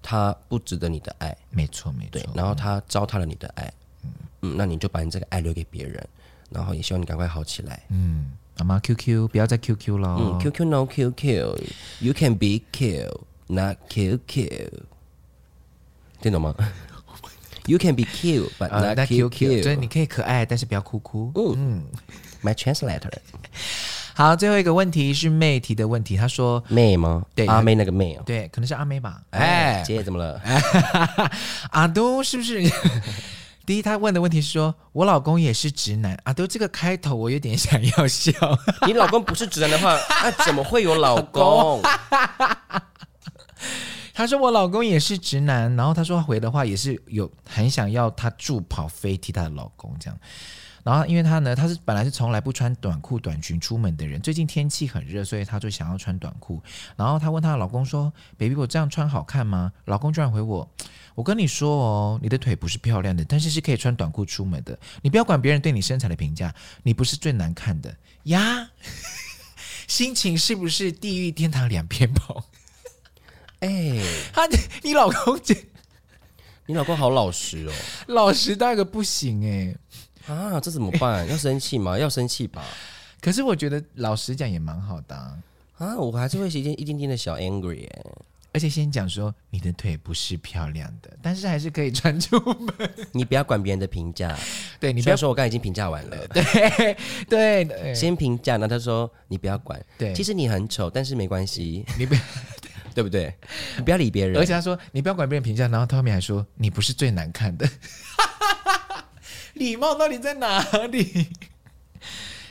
[SPEAKER 1] 他不值得你的爱，
[SPEAKER 2] 没错没
[SPEAKER 1] 对
[SPEAKER 2] 错，，
[SPEAKER 1] 然后他糟蹋了你的爱，嗯，那你就把你这个爱留给别人，然后也希望你赶快好起来。
[SPEAKER 2] 嗯，阿妈 QQ 不要再 QQ 了。
[SPEAKER 1] 嗯，QQ no QQ，You can be killed not QQ，听
[SPEAKER 2] *laughs*
[SPEAKER 1] 懂吗？You can be killed but
[SPEAKER 2] 呃，
[SPEAKER 1] not
[SPEAKER 2] 那 QQ，就是
[SPEAKER 1] QQ。
[SPEAKER 2] 你可以可爱，但是不要哭哭。
[SPEAKER 1] My translator，
[SPEAKER 2] 好，最后一个问题是妹提的问题，她说，
[SPEAKER 1] 妹吗？
[SPEAKER 2] 对
[SPEAKER 1] 阿妹那个妹哦。
[SPEAKER 2] 对，可能是阿妹吧。
[SPEAKER 1] 哎
[SPEAKER 2] 哎，，
[SPEAKER 1] 姐怎么了？
[SPEAKER 2] 阿都是不是？第一，他问的问题是说，我老公也是直男。阿都这个开头我有点想要笑。
[SPEAKER 1] 你老公不是直男的话，那怎么会有老公？
[SPEAKER 2] 他说我老公也是直男，然后他说他回的话也是有很想要他助跑飞踢她的老公这样。然后因为他呢，他是本来是从来不穿短裤短裙出门的人，最近天气很热，所以他就想要穿短裤。然后她问她的老公说：“baby，我这样穿好看吗？”老公居然回我：“我跟你说哦，你的腿不是漂亮的，但是是可以穿短裤出门的。你不要管别人对你身材的评价，你不是最难看的呀。” *laughs* 心情是不是地狱天堂两边跑？
[SPEAKER 1] *laughs* 哎，
[SPEAKER 2] 他你老公这
[SPEAKER 1] 你老公好老实哦。
[SPEAKER 2] 老实到一个不行哎、
[SPEAKER 1] 啊，这怎么
[SPEAKER 2] *laughs*
[SPEAKER 1] 办？要生气吗？要生气吧。
[SPEAKER 2] 可是我觉得老实讲也蛮好的啊、
[SPEAKER 1] 啊，我还是会一点一点点的小 angry 哎。
[SPEAKER 2] 而且先讲说你的腿不是漂亮的，但是还是可以穿出 *laughs* 门。
[SPEAKER 1] 你不要管别人的评价，
[SPEAKER 2] 对你
[SPEAKER 1] 你
[SPEAKER 2] 不
[SPEAKER 1] 不
[SPEAKER 2] 要
[SPEAKER 1] 要说我刚才已经评价完了。
[SPEAKER 2] 对对对，
[SPEAKER 1] 先评价，然后他说你不要管，
[SPEAKER 2] 对
[SPEAKER 1] 其实你很丑，但是没关系，
[SPEAKER 2] *laughs* 你不要，
[SPEAKER 1] 对不对？你不要理别人，
[SPEAKER 2] 而且他说你不要管别人评价，然后他后面还说你不是最难看的， *laughs* 礼貌到底在哪里？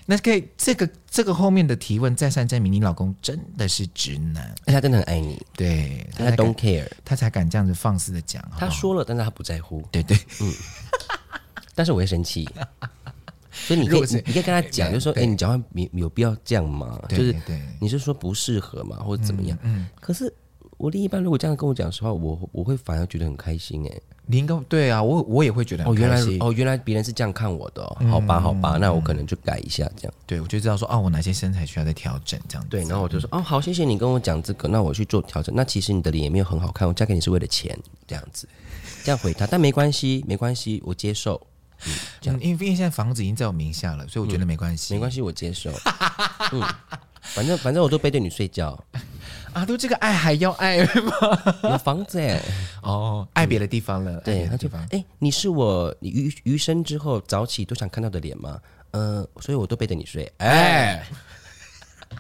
[SPEAKER 2] 那可以，这个这个后面的提问再三证明你老公真的是直男，
[SPEAKER 1] 而且他真的很爱你，
[SPEAKER 2] 对
[SPEAKER 1] 他
[SPEAKER 2] 才敢
[SPEAKER 1] don't care，
[SPEAKER 2] 他才敢这样子放肆的讲，好不
[SPEAKER 1] 他
[SPEAKER 2] 好
[SPEAKER 1] 说了，但是他不在乎，
[SPEAKER 2] 对对，
[SPEAKER 1] 但是我会生
[SPEAKER 2] *laughs*
[SPEAKER 1] 气。所以你可
[SPEAKER 2] 如
[SPEAKER 1] 以，
[SPEAKER 2] 果是
[SPEAKER 1] 你你可以跟他讲，就说，哎、你讲话你有必要这样吗？
[SPEAKER 2] 对嗯
[SPEAKER 1] 就是
[SPEAKER 2] 对
[SPEAKER 1] 你是说不适合嘛，或者怎么样？可是我另一半如果这样跟我讲实话，我我会反而觉得很开心哎、
[SPEAKER 2] 你应该对啊，我我也会觉得很
[SPEAKER 1] 哦，原来
[SPEAKER 2] 开心嗯
[SPEAKER 1] 哦，原来别人是这样看我的、哦，好吧，好吧，那我可能就改一下这样。
[SPEAKER 2] 对我就知道说哦，我哪些身材需要再调整这样子。
[SPEAKER 1] 对，然后我就
[SPEAKER 2] 嗯
[SPEAKER 1] 说，哦，好，谢谢你跟我讲这个，那我去做调整。那其实你的脸也没有很好看，我嫁给你是为了钱，这样
[SPEAKER 2] *laughs*
[SPEAKER 1] 子，这样回他，但没关系，没关系，我接受，
[SPEAKER 2] 嗯，因为因为现在房子已经在我名下了，所以我觉得没关
[SPEAKER 1] 嗯
[SPEAKER 2] 系。
[SPEAKER 1] 没关系，我接
[SPEAKER 2] *laughs*
[SPEAKER 1] 受。嗯，反正反正我都背对你睡觉，
[SPEAKER 2] 啊，都这个爱还要
[SPEAKER 1] *laughs*
[SPEAKER 2] 爱
[SPEAKER 1] 有房子哎，
[SPEAKER 2] *laughs* 哦，爱别的地方了，爱
[SPEAKER 1] 对，
[SPEAKER 2] 别
[SPEAKER 1] 他
[SPEAKER 2] 的
[SPEAKER 1] 就
[SPEAKER 2] 地方。
[SPEAKER 1] 哎，你是我余余生之后早起都想看到的脸吗？呃，所以我都背着你睡，哎，
[SPEAKER 2] 哎，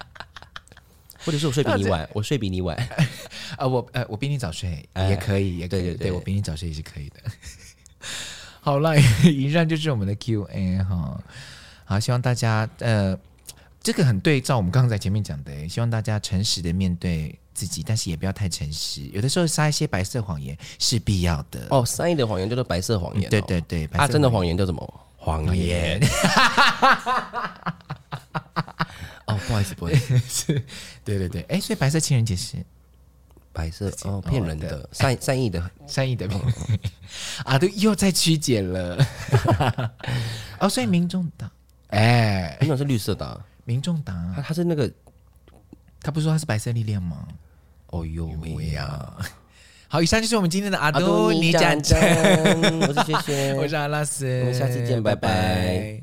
[SPEAKER 1] *laughs* 或者是我睡比你晚，我睡比你晚，
[SPEAKER 2] 啊，我呃，我比你早睡
[SPEAKER 1] 哎
[SPEAKER 2] 也可以，也可以，
[SPEAKER 1] 对对对
[SPEAKER 2] 我比你早睡也是可以的。 *laughs* 好啦，以上就是我们的 Q&A 哈。好，希望大家呃，这个很对照我们刚才前面讲的欸，希望大家诚实的面对自己，但是也不要太诚实，有的时候撒一些白色谎言是必要的。
[SPEAKER 1] 哦，善意的谎言叫做白色谎言哦，
[SPEAKER 2] 对对对，白
[SPEAKER 1] 啊，
[SPEAKER 2] 色
[SPEAKER 1] 真的谎言叫什么？谎
[SPEAKER 2] *laughs*
[SPEAKER 1] 言。哦，不好意思，不好意思， *laughs*
[SPEAKER 2] 是，对对对，哎，所以白色情人节是
[SPEAKER 1] 白色哦，骗人的，善善意的。
[SPEAKER 2] 善意的品味 *laughs* 啊，都又在曲解了。 *laughs* 哦，所以民众党，哎，
[SPEAKER 1] 那种是绿色的啊，
[SPEAKER 2] 民众党
[SPEAKER 1] 它，它是那个，
[SPEAKER 2] 他不是说他是白色力量吗？
[SPEAKER 1] 哦呦喂呀！
[SPEAKER 2] 好，以上就是我们今天的阿
[SPEAKER 1] 阿
[SPEAKER 2] 都
[SPEAKER 1] 都
[SPEAKER 2] 你
[SPEAKER 1] 你讲
[SPEAKER 2] 讲真，
[SPEAKER 1] 真，我是轩
[SPEAKER 2] *laughs* 我
[SPEAKER 1] 轩
[SPEAKER 2] 是，阿拉斯，
[SPEAKER 1] 我们下次见拜拜。